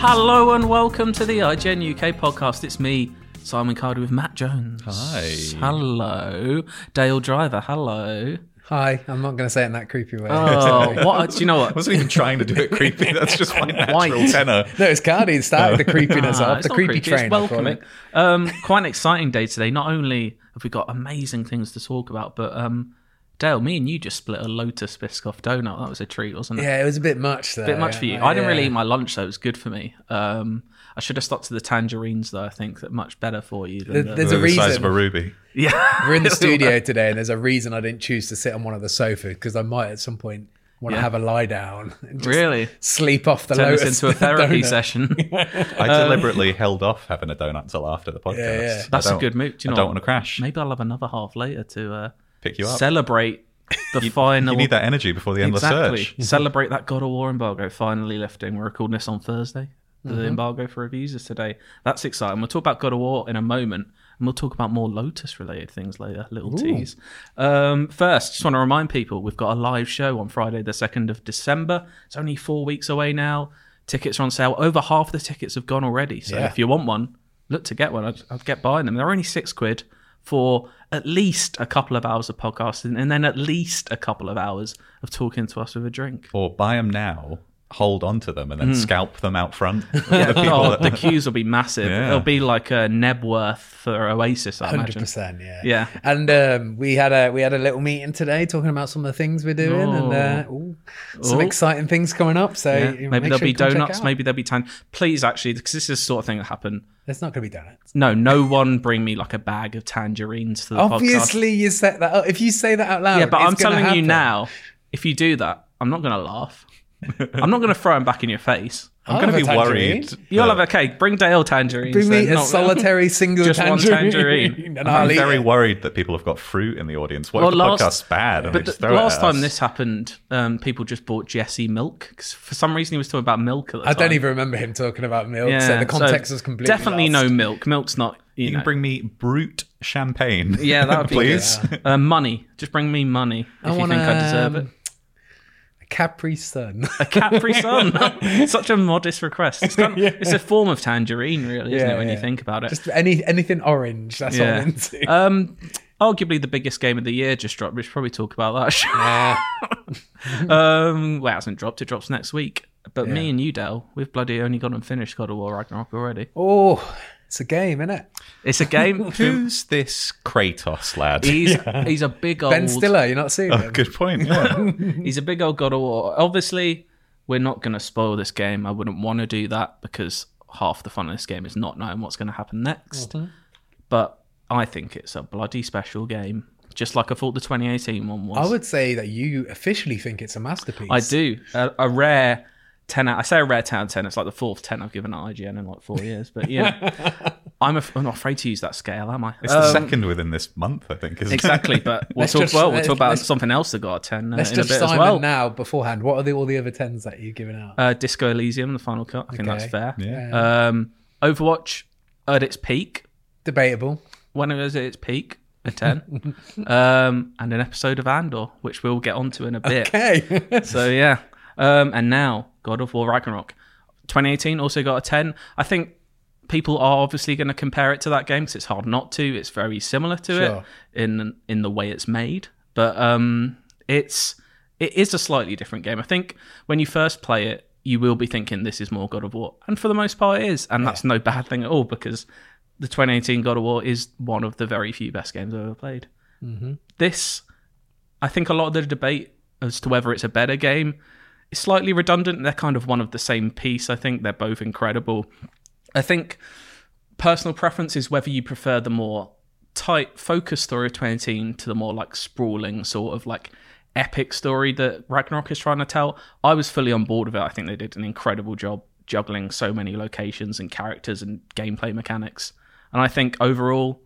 Hello and welcome to the IGN UK podcast. It's me, Simon Cardi, with Matt Jones. Hi. Hello. Dale Driver. Hello. Hi, I'm not going to say it in that creepy way. Oh, what? Do you know I what? wasn't even trying to do it creepy. That's just my natural tenor. no, it's Cardi. It started the creepiness Ah, of it's the not creepy, creepy, train. It's I call welcoming. it. Um, quite an exciting day today. Not only have we got amazing things to talk about, but um, Dale, me and you just split a Lotus Biscoff donut. That was a treat, wasn't it? Yeah, it was a bit much though. A bit much for you. I didn't really eat my lunch, so it was good for me. Um, I should have stuck to the tangerines, though. I think that much better for you. Than The- the, There's a the size reason. of a ruby. yeah. We're in the studio today, and there's a reason I didn't choose to sit on one of the sofas because I might at some point want to Yeah. have a lie down and just Really? sleep off the Turn this lotus into a therapy donut. session. I deliberately held off having a donut till after the podcast. Yeah, yeah. I Um, That's a don't- good move. Do you I know don't what? want to crash. Maybe I'll have another half later to uh, Pick you up. celebrate the final. you need that energy before the endless exactly. search. Celebrate that God of War embargo finally lifting. We're recording this on Thursday. The embargo for reviews is today. That's exciting. We'll talk about God of War in a moment, and we'll talk about more Lotus related things later. Little tease. Um, first, just want to remind people we've got a live show on Friday, the 2nd of December. It's only four weeks away now. Tickets are on sale. Over half the tickets have gone already. So Yeah. if you want one, look to get one. I'd, I'd get buying them. They're only six quid for at least a couple of hours of podcasting and then at least a couple of hours of talking to us with a drink. Or buy them now, hold on to them, and then scalp them out front. the people Hmm. Oh, that- the queues will be massive. Yeah. They'll be like a Nebworth for Oasis, I Hundred imagine. percent, yeah, Yeah. And um, we had a we had a little meeting today talking about some of the things we're doing and uh, ooh, some Ooh. exciting things coming up. So Oh. Yeah. you know, make Maybe there'll sure be you come check donuts. out. Maybe there'll be tan. Please, actually, because this is the sort of thing that happened. there's not going to be donuts. No, no one bring me like a bag of tangerines to the podcast. Obviously, you set that up. If you say that out loud, Yeah, but it's I'm gonna telling you happen. now, if you do that, I'm not going to laugh. I'm not going to throw them back in your face. I'm going to I'll be have a tangerine. worried. You'll that- have a cake. Bring Dale tangerines. Bring me then. a Not- solitary single Just one tangerine. tangerine. and I'm I'll eat very it. worried that people have got fruit in the audience. What Well, if the last- podcast's bad? And they But just the, throw it last at time us? this happened, um, people just bought Jesse milk 'cause for some reason he was talking about milk at the I time. don't even remember him talking about milk, Yeah, so the context was completely definitely lost. no milk. Milk's not. You, You know. can bring me brute champagne. Yeah, that would be good. please. uh, money. Just bring me money if I you want, think I deserve um, it. Capri Sun. A Capri Sun. Such a modest request. It's, kind of- it's a form of tangerine, really, isn't Yeah, it? When you yeah. think about it. Just any anything orange. That's all I'm into. um, arguably the biggest game of the year just dropped. We should probably talk about that. Yeah. Um, well, it hasn't dropped. It drops next week. But me and you, Dale, we've bloody only gone and finished God of War Ragnarok already. oh, it's a game, isn't it? It's a game. Who's this Kratos lad? he's he's a big old Ben Stiller, you're not seeing him. Good point. Um, Yeah. he's a big old God of War. Obviously, we're not going to spoil this game. I wouldn't want to do that because half the fun of this game is not knowing what's going to happen next. Mm-hmm. But I think it's a bloody special game, just like I thought the 2018 one was. I would say that you officially think it's a masterpiece. I do. A, a rare 10 out. I say a rare 10 out of 10. It's like the fourth 10 I've given at IGN in like four years. But yeah, I'm, af- I'm not afraid to use that scale, am I? Um, It's the second within this month, I think. Isn't exactly. But we'll Let's talk, just- well, we'll let's- talk about let's- something else that got a 10 uh, Let's in a just bit as Simon well. now beforehand. What are the, all the other tens that you've given out? Uh, Disco Elysium, the final cut. I think that's Okay. fair. it? Yeah. Um, Overwatch at its peak. Debatable. When it was at its peak, a 10. um, and an episode of Andor, which we'll get onto in a bit. Okay. So yeah, um, and now God of War Ragnarok, 2018 also got a 10. I think people are obviously going to compare it to that game because it's hard not to. It's very similar to Sure. it in in the way it's made, but um, it's it is a slightly different game. I think when you first play it, you will be thinking this is more God of War, and for the most part, it is, and that's no bad thing at all because the 2018 God of War is one of the very few best games I've ever played. This I think a lot of the debate as to whether it's a better game is slightly redundant. They're kind of one of the same piece. I think they're both incredible. I think personal preference is whether you prefer the more tight, focused story of 2018 to the more like sprawling sort of like epic story that Ragnarok is trying to tell. I was fully on board with it. I think they did an incredible job juggling so many locations and characters and gameplay mechanics. And I think overall,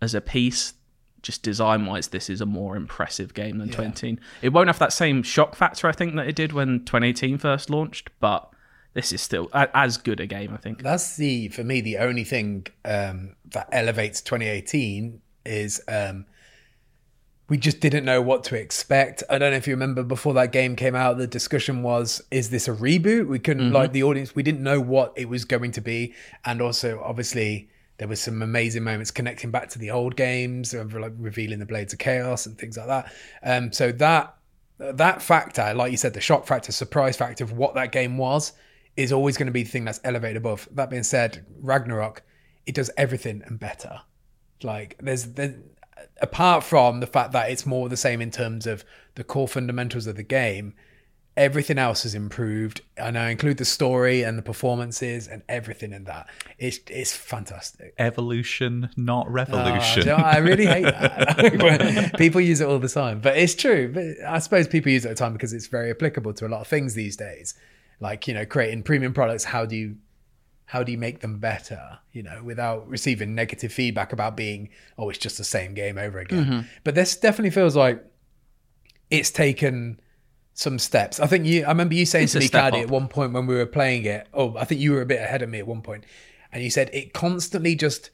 as a piece, just design wise, this is a more impressive game than 2018. It won't have that same shock factor, I think, that it did when 2018 first launched, but this is still a- as good a game, I think. That's the for me the only thing um, that elevates 2018 is um, we just didn't know what to expect. I don't know if you remember before that game came out, the discussion was, is this a reboot? We couldn't, like the audience, we didn't know what it was going to be. And also, obviously, there were some amazing moments connecting back to the old games, and like revealing the Blades of Chaos and things like that. Um, so that that factor, like you said, the shock factor, surprise factor of what that game was, is always going to be the thing that's elevated above. That being said, Ragnarok, it does everything and better. Like there's, there's apart from the fact that it's more the same in terms of the core fundamentals of the game, everything else has improved. And I include the story and the performances and everything in that. It's it's fantastic. Evolution, not Ah, revolution. do you know, I really hate that. people use it all the time, but it's true. But I suppose people use it all the time because it's very applicable to a lot of things these days. Like you know, creating premium products. How do you how do you make them better? You know, without receiving negative feedback about being oh, it's just the same game over again. But this definitely feels like it's taken some steps. I think you. I remember you saying It's to a me, step Caddy, up. at one point when we were playing it. Oh, I think you were a bit ahead of me at one point, and you said it constantly just.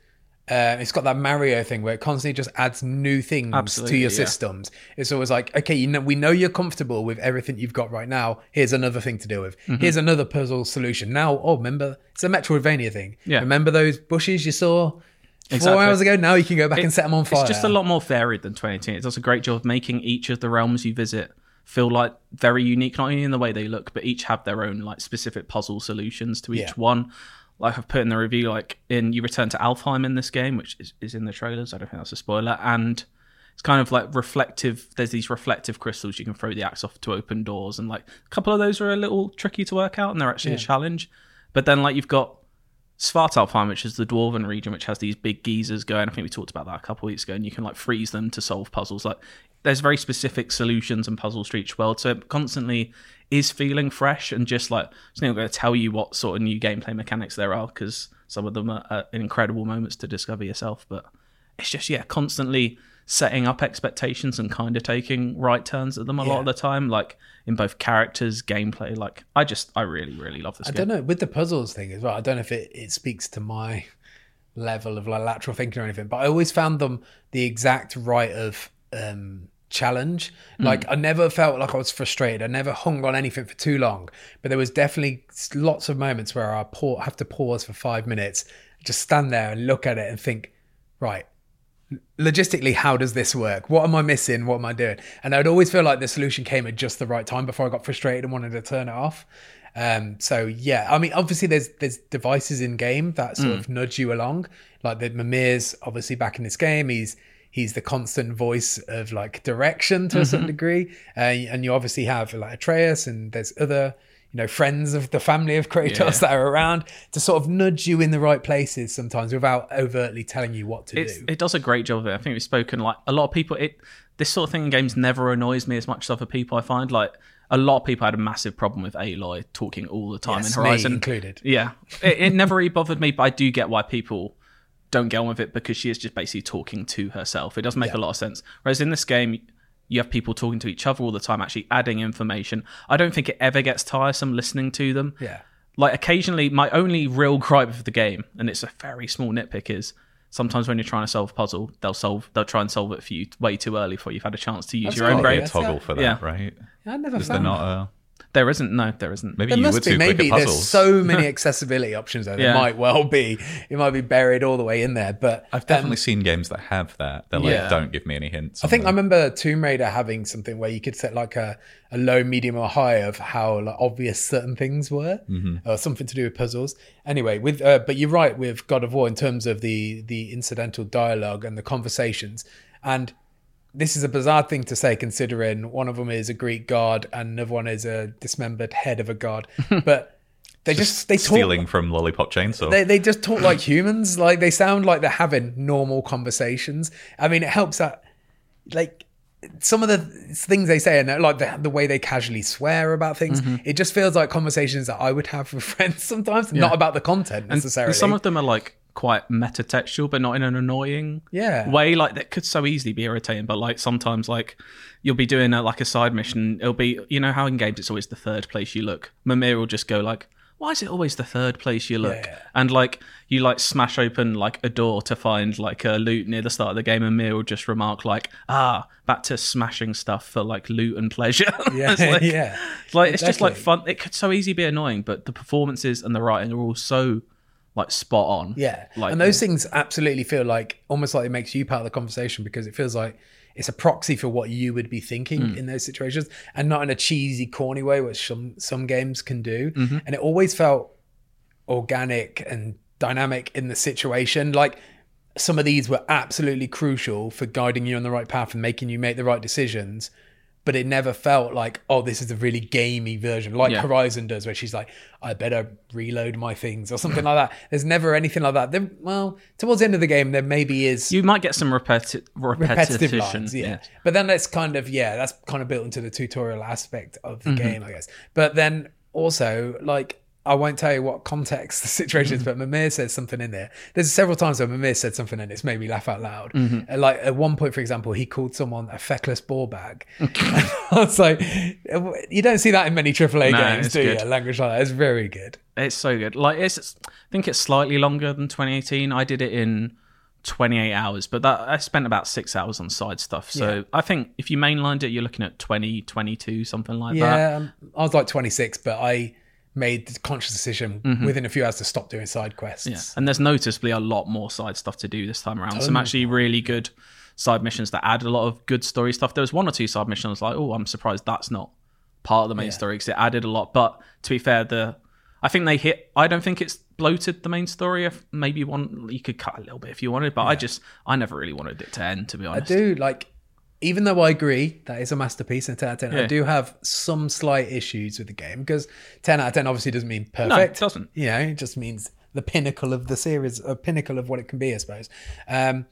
Uh, it's got that Mario thing where it constantly just adds new things to Absolutely, your yeah. systems. It's always like, okay, you know, we know you're comfortable with everything you've got right now. Here's another thing to deal with. Mm-hmm. Here's another puzzle solution. Now, oh, remember it's a Metroidvania thing. Yeah. Remember those bushes you saw four Exactly. hours ago? Now you can go back and It- set them on fire. It's just a lot more varied than 2018. It does a great job of making each of the realms you visit feel like very unique, not only in the way they look, but each have their own like specific puzzle solutions to each Yeah. one. Like I've put in the review, like in you return to Alfheim in this game, which is, is in the trailers. I don't think that's a spoiler, and it's kind of like reflective. There's these reflective crystals you can throw the axe off to open doors, and like a couple of those are a little tricky to work out, and they're actually a challenge. But then like you've got Svartalfheim, which is the dwarven region, which has these big geysers going. I think we talked about that a couple weeks ago, and you can like freeze them to solve puzzles. Like, there's very specific solutions and puzzles to each world, so it constantly is feeling fresh and just like it's not going to tell you what sort of new gameplay mechanics there are because some of them are, are incredible moments to discover yourself. But it's just yeah, constantly setting up expectations and kind of taking right turns at them a lot of the time, like in both characters, gameplay. Like, I just I really really love this I game. don't know with the puzzles thing as well. I don't know if it, it speaks to my level of like lateral thinking or anything, but I always found them the exact right of um, challenge. Like I never felt like I was frustrated. I never hung on anything for too long, but there was definitely s- lots of moments where I pa- have to pause for five minutes, just stand there and look at it and think, right, logistically, how does this work? What am I missing? What am I doing? And I'd always feel like the solution came at just the right time before I got frustrated and wanted to turn it off. Um, so yeah, I mean, obviously there's there's devices in game that sort of nudge you along. Like the Mimir's obviously back in this game. He's he's the constant voice of like direction to a certain degree. Uh, and you obviously have like Atreus and there's other you know friends of the family of Kratos that are around to sort of nudge you in the right places sometimes without overtly telling you what to it's, do. it does a great job of it. I think we've spoken like a lot of people. It this sort of thing in games never annoys me as much as other people. I find like a lot of people had a massive problem with Aloy talking all the time Yes, in me Horizon. included. Yeah, it, it never really bothered me, but I do get why people don't get on with it because she is just basically talking to herself. It doesn't make a lot of sense. Whereas in this game, you have people talking to each other all the time, actually adding information. I don't think it ever gets tiresome listening to them Yeah. like occasionally my only real gripe of the game and it's a very small nitpick is sometimes when you're trying to solve a puzzle they'll solve they'll try and solve it for you way too early before you've had a chance to use your right, own Gotta be brain a That's toggle it. for that, Yeah. right? I never Is there found not that. a there isn't no there isn't maybe There you were must too be. Maybe quick at puzzles? there's so many accessibility options though. There Yeah. might well be. It might be buried all the way in there. But I've definitely seen games that have that. They're like, Yeah. don't give me any hints. I think I remember Tomb Raider having something where you could set like a, a low, medium, or high of how like, obvious certain things were, or something to do with puzzles. Anyway, with uh, but you're right with God of War in terms of the the incidental dialogue and the conversations, and this is a bizarre thing to say considering one of them is a Greek god and another one is a dismembered head of a god, but they just, they talk stealing from Lollipop Chainsaw. they, they just talk like humans. Like they sound like they're having normal conversations. I mean, it helps that like some of the things they say and they're, like the, the way they casually swear about things. Mm-hmm. It just feels like conversations that I would have with friends sometimes, not about the content necessarily. and some of them are like quite metatextual but not in an annoying Yeah. way like that could so easily be irritating but like sometimes like you'll be doing a, like a side mission it'll be you know how in games it's always the third place you look Mimir will just go like why is it always the third place you look? Yeah. And like you like smash open like a door to find like a loot near the start of the game, and Mir will just remark like, ah, back to smashing stuff for like loot and pleasure. Yeah, It's like, yeah. it's like it's just like Exactly. fun. It could so easy be annoying, but the performances and the writing are all so like spot on. Yeah. Like- and those things absolutely feel like almost like it makes you part of the conversation because it feels like it's a proxy for what you would be thinking in those situations and not in a cheesy, corny way, which some, some games can do. And it always felt organic and dynamic in the situation. Like some of these were absolutely crucial for guiding you on the right path and making you make the right decisions. But it never felt like, oh, this is a really gamey version, like Yeah. Horizon does, where she's like, I better reload my things or something like that. There's never anything like that. There, well, towards the end of the game, there maybe is You might get some repeti- repetitive repetition. lines, yeah. But then that's kind of yeah, that's kind of built into the tutorial aspect of Mm-hmm. the game, I guess. But then also like I won't tell you what context the situation Mm-hmm. is, but Mimir says something in there. There's several times where Mimir said something and it's made me laugh out loud. Mm-hmm. Uh, Like at one point, for example, he called someone a feckless ball bag. I was like, "Uh, you don't see that in many AAA No, games, it's do good. you? Language like that. It's very good. It's so good. Like it's, it's- I think it's slightly longer than 2018. I did it in 28 hours, but that I spent about six hours on side stuff. So I think if you mainlined it, you're looking at 20, 22, something like that. Yeah, um, I was like 26, but I made the conscious decision within a few hours to stop doing side quests. Mm-hmm. Yeah. And there's noticeably a lot more side stuff to do this time around. Some actually really good side missions that add a lot of good story stuff. There was one or two side missions like, oh, I'm surprised that's not part of the main story because it added a lot. But to be fair, the I think they hit. I don't think it's bloated the main story. If maybe one you could cut a little bit if you wanted, but I just I never really wanted it to end. To be I honest, do like, even though I agree that is a masterpiece and 10 out of 10, I Yeah. do have some slight issues with the game because 10 out of 10 obviously doesn't mean perfect. no, it doesn't. You know, it just means the pinnacle of the series, a pinnacle of what it can be, I suppose. Um,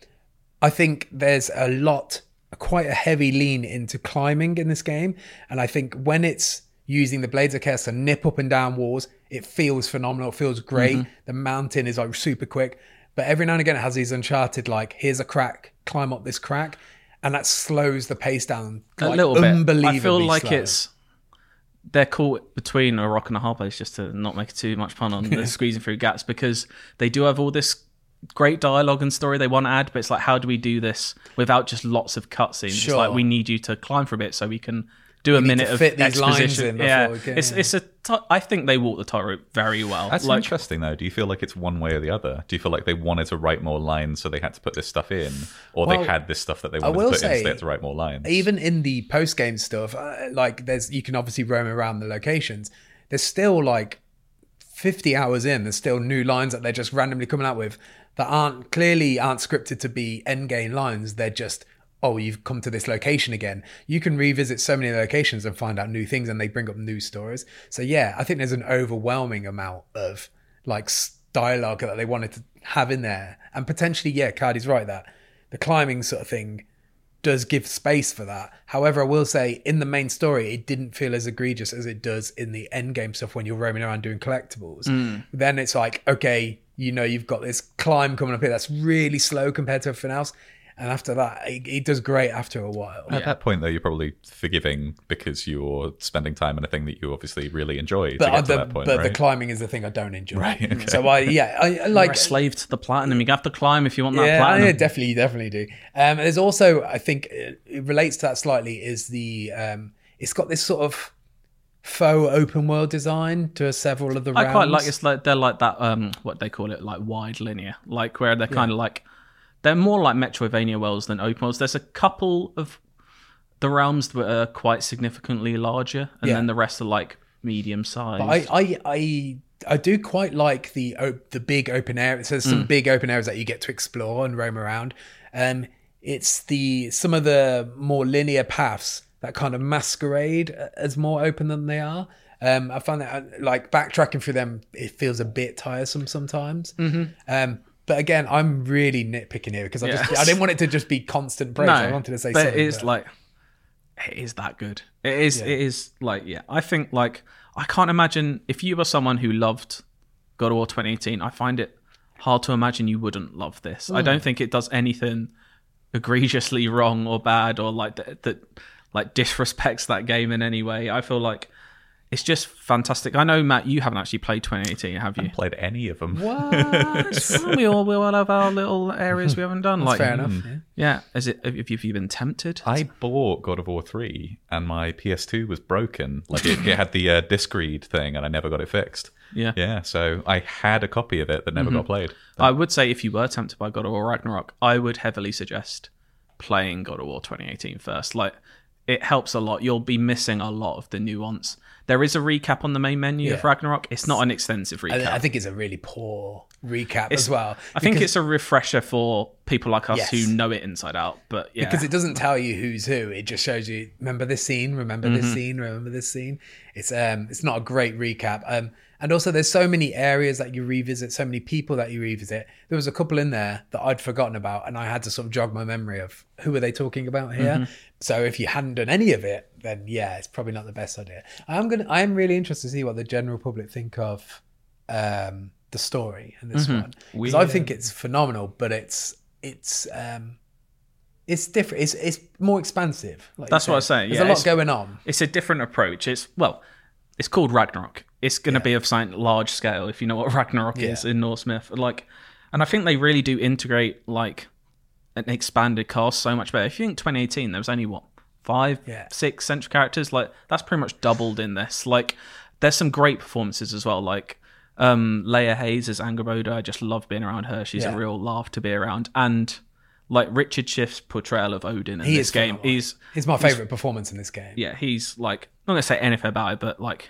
I think there's a lot, quite a heavy lean into climbing in this game. And I think when it's using the Blades of Chaos to nip up and down walls, it feels phenomenal. It feels great. Mm-hmm. The mountain is like super quick. But every now and again, it has these uncharted, like, here's a crack, climb up this crack. And that slows the pace down a like, little bit. I unbelievably feel like slow. it's they're caught between a rock and a hard place, just to not make too much pun on the squeezing through gaps, because they do have all this great dialogue and story they want to add, but it's like, how do we do this without just lots of cutscenes? It's Sure. like we need you to climb for a bit so we can do a minute of fit these lines in exposition. before yeah, we can- it's it's a. T- I think they walk the tightrope very well. That's like, interesting, though. Do you feel like it's one way or the other? Do you feel like they wanted to write more lines, so they had to put this stuff in, or Well, they had this stuff that they will wanted to put in, say, so they had to write more lines? even in the post game stuff, uh, like there's you can obviously roam around the locations. There's still like 50 hours in. There's still new lines that they're just randomly coming out with that aren't clearly aren't scripted to be end game lines. They're just oh you've come to this location again. You can revisit so many locations and find out new things, and they bring up new stories. So yeah, I think there's an overwhelming amount of like s- dialogue that they wanted to have in there, and potentially yeah, Cardi's right that the climbing sort of thing does give space for that. However, I will say in the main story, it didn't feel as egregious as it does in the end game stuff when you're roaming around doing collectibles. Hmm. Then it's like, okay, you know, you've got this climb coming up here that's really slow compared to everything else. And after that, it, it does great after a while. At that point, though, you're probably forgiving because you're spending time on a thing that you obviously really enjoy. to But, uh, get the, to that point, but the right? climbing is the thing I don't enjoy. Right, okay. So I, yeah, I I like you're a slave to the platinum. You have to climb if you want that yeah, platinum. yeah, definitely, definitely do. Um, there's also, I think, it it relates to that slightly. Is the um, it's got this sort of faux open world design to several of the. I quite rounds. like it's like they're like that um what they call it like wide linear like where they're kind of like they're more like Metroidvania worlds than open worlds. There's a couple of the realms that are quite significantly larger, and Yeah. then the rest are like medium sized. I, I, I, I do quite like the op- the big open air. So there's some Mm. big open areas that you get to explore and roam around. Um, it's the some of the more linear paths that kind of masquerade uh, as more open than they are. Um, I find that uh, like backtracking through them, it feels a bit tiresome sometimes. Mm-hmm. Um, but again, I'm really nitpicking here because I just Yes. I didn't want it to just be constant praise. I wanted to say but something. it is but- like it is that good. It is it is like yeah. I think like I can't imagine if you were someone who loved God of War 2018. I find it hard to imagine you wouldn't love this. I don't think it does anything egregiously wrong or bad or like that, that like disrespects that game in any way. I feel like it's just fantastic. I know, Matt, you haven't actually played 2018, have you? played any of them. What? Uh, we all we all have our little areas we haven't done. like, mm. Fair enough. yeah. yeah. Is it? Have you, have you been tempted? I bought God of War 3 and my PS2 was broken. Like it, it had the uh, disc read thing and I never got it fixed. yeah. Yeah, so I had a copy of it that Mm-hmm. never got played. I would say if you were tempted by God of War Ragnarok, I would heavily suggest playing God of War 2018 first. Like, it helps a lot. You'll be missing a lot of the nuance. There is a recap on the main menu of Yeah. Ragnarok. It's not an extensive recap. I, I think it's a really poor recap as well. I think because- it's a refresher for people like us Yes. who know it inside out. But yeah, because it doesn't tell you who's who. It just shows you remember this scene, remember this scene, remember this scene. It's um it's not a great recap. Um and also there's so many areas that you revisit, so many people that you revisit. There was a couple in there that I'd forgotten about and I had to sort of jog my memory of who are they talking about here? So if you hadn't done any of it, then yeah, it's probably not the best idea. I'm gonna I'm really interested to see what the general public think of um the story in this one. Because I think it's phenomenal, but it's it's um it's different. It's it's more expansive. like you That's what I was said. saying, There's yeah, a lot it's- going on. it's a different approach. It's well, it's called Ragnarok. It's going to be of something large scale, if you know what Ragnarok is in Norse myth. Like, and I think they really do integrate like an expanded cast so much better. If you think 2018, there was only what five, Yeah. six central characters. Like that's pretty much doubled in this. Like, there's some great performances as well. Like. Um, Leia Hayes as Angerboda, I just love being around her. She's Yeah. a real laugh to be around. And like Richard Schiff's portrayal of Odin in He this is game, phenomenal. he's It's my favorite performance in this game. yeah, he's like not gonna say anything about it, but like,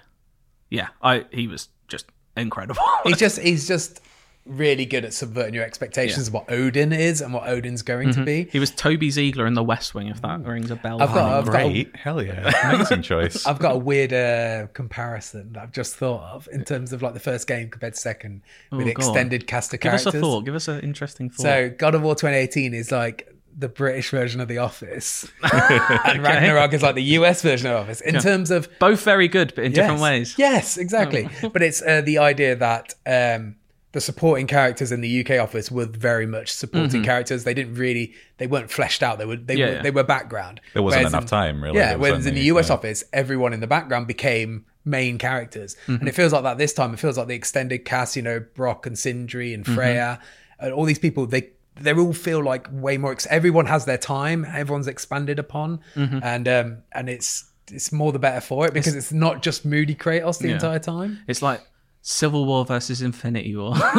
yeah, I he was just incredible. He's just he's just really good at subverting your expectations of what Odin is and what Odin's going to be. he was Toby Ziegler in The West Wing, if that rings a bell. I've got- I've got- Great. Hell yeah. Amazing choice. I've got a weird uh, comparison that I've just thought of in terms of like the first game compared to second with Oh, go on. extended cast of give us a characters. thought. Give us an interesting thought. So God of War 2018 is like the British version of The Office, and Ragnarok is like the US version of Office in terms of Both very good, but in different yes. ways. Oh. Yes, exactly. but it's uh, the idea that um, the supporting characters in the UK office were very much supporting characters. They didn't really, they weren't fleshed out. They were, they Mm-hmm. Yeah, were, yeah. they were background. There wasn't Whereas enough in- time, really. Yeah, There was whereas in the only- US yeah. office, everyone in the background became main characters, Mm-hmm. and it feels like that this time. It feels like the extended cast, you know, Brock and Sindri and Mm-hmm. Freya, and all these people. They they all feel like way more. Ex- everyone has their time. Everyone's expanded upon, Mm-hmm. and um and it's. It's more the better for it because it's, not just moody Kratos the entire time. It's like Civil War versus Infinity War,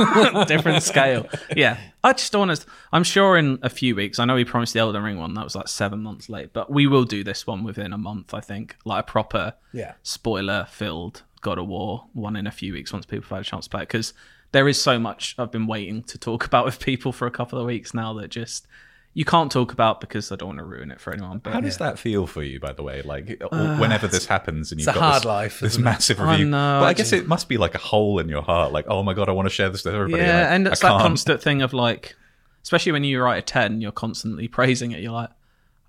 different scale. Yeah, I just don't want to. I'm sure in a few weeks. I know we promised the Elden Ring one that was like seven months late, but we will do this one within a month. I think like a proper Yeah. spoiler filled God of War one in a few weeks once people have had a chance to play it because there is so much I've been waiting to talk about with people for a couple of weeks now that just you can't talk about because I don't want to ruin it for anyone. But How does that feel for you, by the way? Like, uh, Uh, whenever this happens and you've a got hard this, life, this isn't it? massive I review. know, but I I guess it must be like a hole in your heart. Like, oh my god, I want to share this with everybody. Yeah, like, and I it's that can't. constant thing of like, especially when you write a ten, you're constantly praising it. You're like,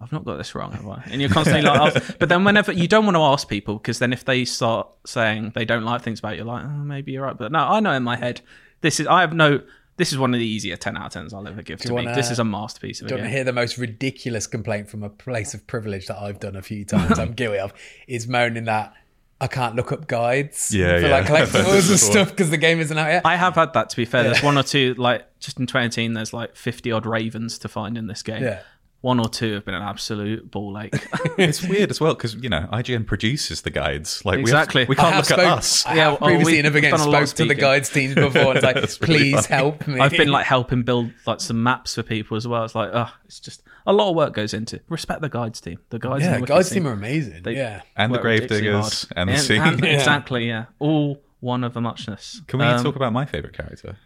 I've not got this wrong, have I? And you're constantly like, ask- but then whenever you don't want to ask people because then if they start saying they don't like things about you, you're like, oh, maybe you're right. But no, I know in my head, this is I have no. This is one of the easier ten out of tens I'll ever give to me. wanna- This is a masterpiece of a Do you want game. to hear the most ridiculous complaint from a place of privilege that I've done a few times? I'm guilty of is moaning that I can't look up guides Yeah, for yeah. like collectibles and That's the stuff because the game isn't out yet. I have had that to be fair. There's one or two like just in 2018. There's like 50 odd ravens to find in this game. Yeah. One or two have been an absolute ball ache. it's weird as well because you know IGN produces the guides. Like, Exactly. we, I have, we have can't look spoke- at us. I Yeah, have oh, previously we- in other we've games done a lot of spoke to the speaking. guides team before and it's like, That's really funny. please help me. I've been like helping build like some maps for people as well. It's like, oh, it's just a lot of work goes into. Respect the guides team. The guides, yeah, and the guides wiki team are amazing. yeah. and the work grave ridiculously diggers hard. and the sea. Exactly, yeah. All one of the muchness. Can we talk about my favorite character?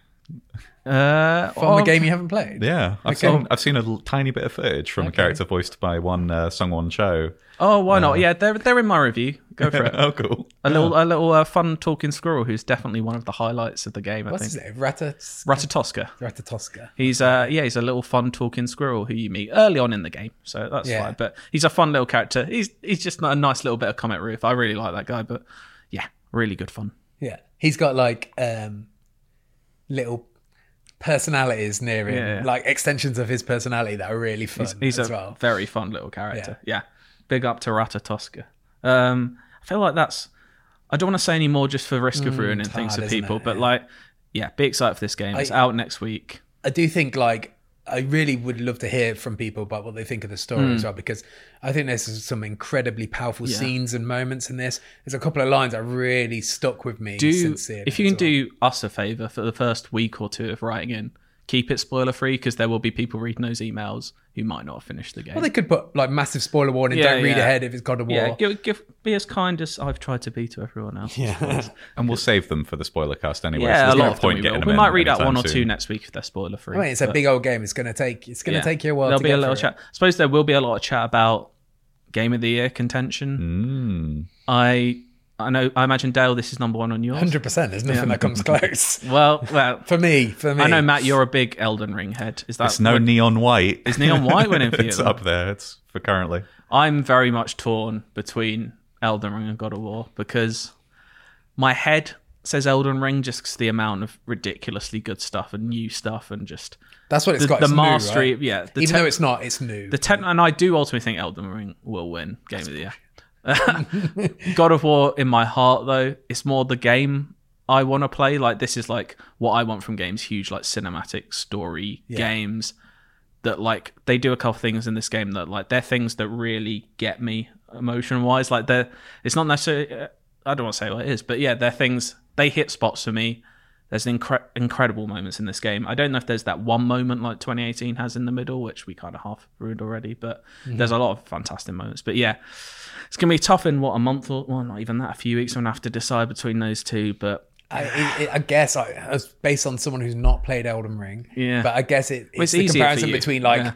Uh, From well, a game you haven't played. Yeah, I've seen I've seen a l- tiny bit of footage from a character voiced by one uh, Sungwon Cho. Oh, why Uh. not? Yeah, they're they're in my review. Go for it. oh, cool. A little a little uh, fun talking squirrel who's definitely one of the highlights of the game. I What's his think name? Rata, Ratatoska. Ratatosca. He's uh yeah, he's a little fun talking squirrel who you meet early on in the game, so that's Yeah. fine. But he's a fun little character. He's he's just a nice little bit of comic relief. I really like that guy, but yeah, really good fun. Yeah. He's got like um little personalities near him, Yeah, yeah. like extensions of his personality that are really fun He's as a well. very fun little character. Yeah. Big up to Ratatoska. Um, I feel like that's. I don't want to say any more just for risk of ruining Mm, it's things hard, for isn't people, it? but like, yeah, be excited for this game. it's I- out next week. I do think like I really would love to hear from people about what they think of the story Hmm. as well because I think there's some incredibly powerful scenes and moments in this. There's a couple of lines that really stuck with me. Do sincerely if you can as well. do us a favor for the first week or two of writing in, keep it spoiler free because there will be people reading those emails who might not have finished the game. Well, they could put like massive spoiler warning. Yeah, don't read yeah. ahead if it's God of War. yeah, give, give, be as kind as I've tried to be to everyone else. Yeah. And we'll save them for the spoiler cast anyway. so Yeah, there's a no lot of them point we getting will. them We in might read out anytime one or two soon. next week if they're spoiler free. I mean, it's a big old game. It's gonna take. It's gonna take you a while. There'll to be get a little through it. chat. I suppose there will be a lot of chat about game of the year contention. Mm. I I know. I imagine Dale, this is number one on yours. Hundred percent. There's nothing that comes close. Well, well, For me, for me, I know Matt, you're a big Elden Ring head. Is that It's no neon white. is neon white winning for you? it's up there. It's for currently. I'm very much torn between Elden Ring and God of War because my head says Elden Ring just 'cause the amount of ridiculously good stuff and new stuff and just That's what it's the, got. the It's new, mastery. right? Yeah, the Even tech- though it's not, it's new. The ten, and I do ultimately think Elden Ring will win Game of the Year. God of War in my heart, though, it's more the game I want to play. Like this is like what I want from games, huge like cinematic story games that like they do a couple things in this game that like they're things that really get me emotion wise. Like they're it's not necessarily uh, I don't want to say what it is, but yeah, they're things they hit spots for me. There's an incre- incredible moments in this game. I don't know if there's that one moment like 2018 has in the middle, which we kind of half ruined already, but there's a lot of fantastic moments. But yeah, it's gonna be tough in what a month or well, not even that, a few weeks. I'm gonna have to decide between those two. But I, it, it, I guess I, I was based on someone who's not played Elden Ring. Yeah. But I guess it, it's, it's the easier for comparison you. between like Yeah.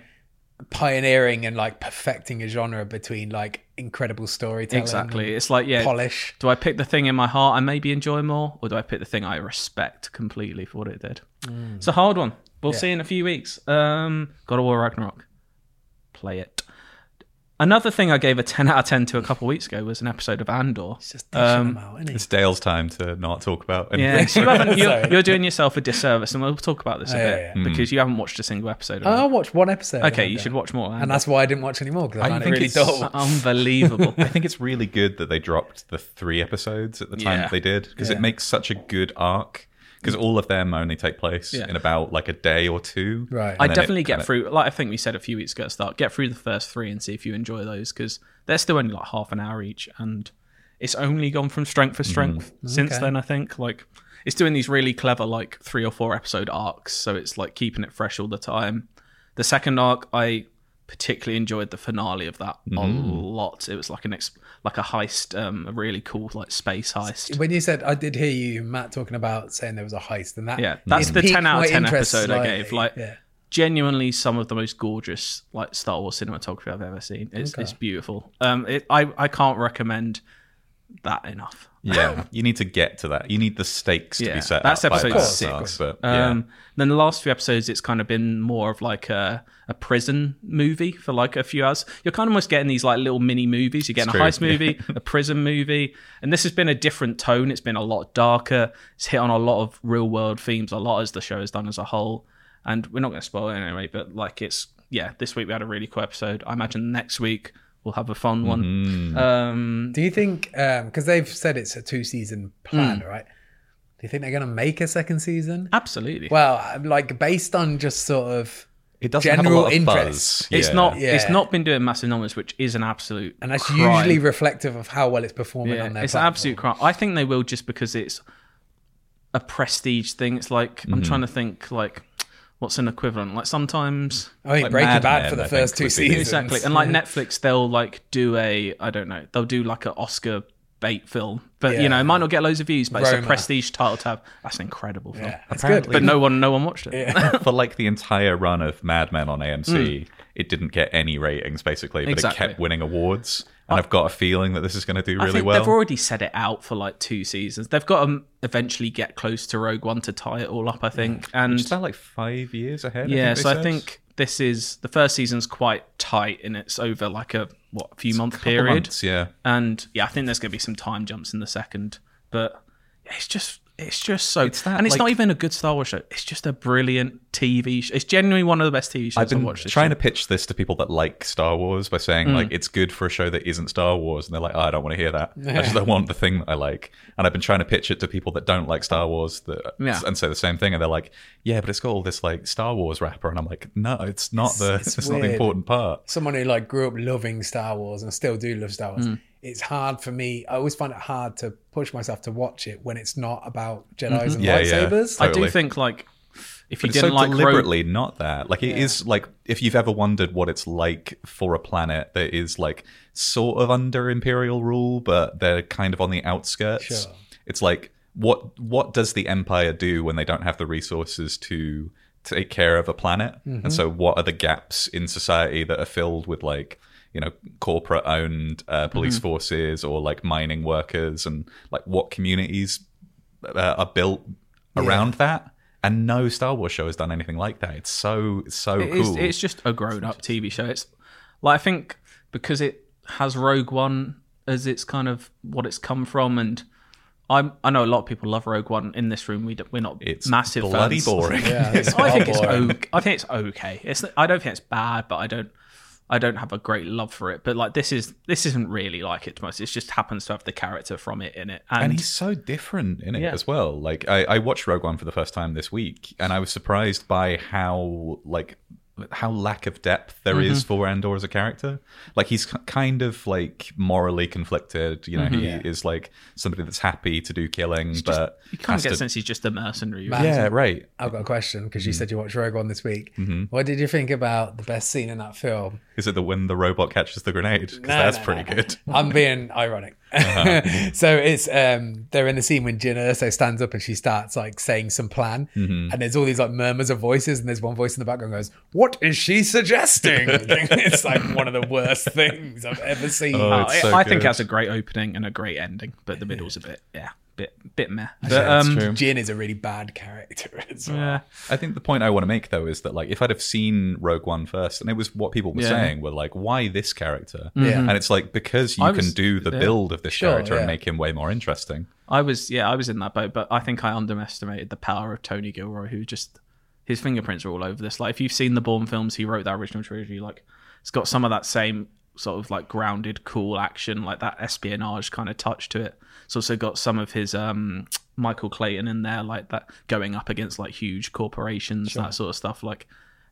pioneering and like perfecting a genre between like incredible storytelling, exactly, it's like yeah, polish. do I pick the thing in my heart I maybe enjoy more, or do I pick the thing I respect completely for what it did? Mm. It's a hard one. We'll see in a few weeks. Um, God of War Ragnarok, play it. Another thing I gave a 10 out of 10 to a couple weeks ago was an episode of Andor. It's just dishing Um, them out, isn't it? It's Dale's time to not talk about anything. Yeah, 'cause you haven't, you're, Sorry. Oh, you're doing yourself a disservice, and we'll talk about this a yeah, bit yeah. because you haven't watched a single episode. Of Oh, I it. watched one episode. of okay, you Andor. should watch more. And Andor. that's why I didn't watch any more because I, found it think really it's- dull. unbelievable. I think it's really good that they dropped the three episodes at the time Yeah. that they did because Yeah. it makes such a good arc. Because all of them only take place Yeah. in about like a day or two. Right. And I then it definitely get kinda- through. Like I think we said a few weeks ago at the start, get through the first three and see if you enjoy those because they're still only like half an hour each, and it's only gone from strength for Mm-hmm. strength since Okay. then. I think like it's doing these really clever like three or four episode arcs, so it's like keeping it fresh all the time. The second arc, I particularly enjoyed the finale of that a Mm-hmm. lot. It was like an ex- like a heist, um, a really cool like space heist. when you said I did hear you, Matt, talking about saying there was a heist, and that Yeah, that's it the piqued 10 out of my 10 interest episode I slightly. gave, like- yeah. genuinely some of the most gorgeous like Star Wars cinematography I've ever seen. It's, it's beautiful. Um, it, I I can't recommend that enough. Yeah. You need to get to that. You need the stakes to Yeah. be set That's out by episode that six. arc, But, yeah. Um, Then the last few episodes, it's kind of been more of like a, a prison movie for like a few hours. You're kind of almost getting these like little mini movies. You're getting a true, heist movie, a prison movie, and this has been a different tone. It's been a lot darker. It's hit on a lot of real world themes, a lot as the show has done as a whole. And we're not going to spoil it anyway, but like it's yeah. This week we had a really cool episode. I imagine next week we'll have a fun one. Mm-hmm. Um, Do you think because they've said it's a two season plan, Hmm. right? Do you think they're going to make a second season? absolutely. Well, I'm like based on just sort of, it doesn't have a general lot of interest. buzz. it's Yeah. not. It's Yeah. not been doing massive numbers, which is an absolute. and that's crime. usually reflective of how well it's performing Yeah, on their. it's an platform. absolute crime. I think they will just because it's a prestige thing. It's like Mm-hmm. I'm trying to think like what's an equivalent. Like sometimes I mean, like Breaking Mad Bad Men, for the I first two think, would be seasons. the- exactly, and like Netflix, they'll like do a I don't know, they'll do like an Oscar bait film, but you Yeah. know it might not get loads of views, but it's a Roma. prestige title to have. That's an incredible film. Yeah, it's Apparently- good. But no one, no one watched it. for like the entire run of Mad Men on AMC, it didn't get any ratings basically, but Hmm. Exactly. it kept winning awards. And I've got a feeling that this is going to do I really think well. they've already set it out for like two seasons. They've got to eventually get close to Rogue One to tie it all up, I think. And It's about like five years ahead. Yeah, I think they so I said. think this is the first season's quite tight and it's over like a what a few month Couple period. months, yeah, And yeah, I think there's gonna be some time jumps in the second. But yeah, it's just It's just so, It's that, and it's like- not even a good Star Wars show. It's just a brilliant TV show. It's genuinely one of the best TV shows I've I've been watched. This Hmm. trying year. to pitch this to people that like Star Wars by saying like it's good for a show that isn't Star Wars, and they're like, oh, I don't want to hear that. I just want the thing that I like. And I've been trying to pitch it to people that don't like Star Wars that Yeah. and say the same thing, and they're like, yeah, but it's got all this like Star Wars wrapper, and I'm like, no, it's not the it's it's, not the weird. important part. someone who like grew up loving Star Wars and still do love Star Hmm. Wars, it's hard for me. I always find it hard to push myself to watch it when it's not about Jedi's and Yeah, yeah. lightsabers. I- Yeah. Mm-hmm. I do Totally. think like if you But it's didn't so like Rogue deliberately not that. Like it is like if you've ever wondered what it's like for a planet that is like sort of under imperial rule, but they're kind of on the outskirts. Sure. It's like what what does the empire do when they don't have the resources to take care of a planet? Mm-hmm. And so what are the gaps in society that are filled with like you know corporate owned uh, police Mm-hmm. forces or like mining workers and like what communities uh, are built around that. And no Star Wars show has done anything like that. It's so it's so It is- cool. it's just a grown up TV show. It's like I think because it has Rogue One as its kind of what it's come from, and I'm I know a lot of people love Rogue One in this room. We d- we're not It's massive bloody fans. boring. it's I think well it's boring. okay. I think it's okay. It's I don't think it's bad, but I don't I don't have a great love for it. But like this is this isn't really like it to most. It just happens to have the character from it in it, and, and he's so different in it Yeah. as well. Like I, I watched Rogue One for the first time this week, and I was surprised by how like how lack of depth there is Mm-hmm. for Andor as a character. Like he's k- kind of like morally conflicted. You know, he is like somebody that's happy to do killing, but you kind has of get to- a sense he's just a mercenary. Man. yeah, right. I've got a question because Mm-hmm. you said you watched Rogue One this week. What did you think about the best scene in that film? Is it the when the robot catches the grenade? Because No, that's no, pretty no, no. good. I'm being ironic. Uh-huh. so it's um they're in the scene when Jin Erso stands up and she starts like saying some plan, Mm-hmm. and there's all these like murmurs of voices, and there's one voice in the background goes, "What is she suggesting?" it's like one of the worst things I've ever seen. Oh, I, it's so I think good. that's a great opening and a great ending, but the middle's a bit, yeah, bit, bit meh. But, That's um, true. Jin is a really bad character as well. yeah. I think the point I want to make though is that like if I'd have seen Rogue One first, and it was what people were Yeah. saying were like, why this character? Yeah. And it's like because you I can was- do the yeah. build of this Sure, character yeah. and make him way more interesting. I was, yeah, I was in that boat, but I think I underestimated the power of Tony Gilroy, who just his fingerprints are all over this. Like, if you've seen the Bourne films, he wrote that original trilogy. Like, it's got some of that same sort of like grounded, cool action, like that espionage kind of touch to it. It's also got some of his um, Michael Clayton in there, like that going up against like huge corporations, that sort of stuff. Like,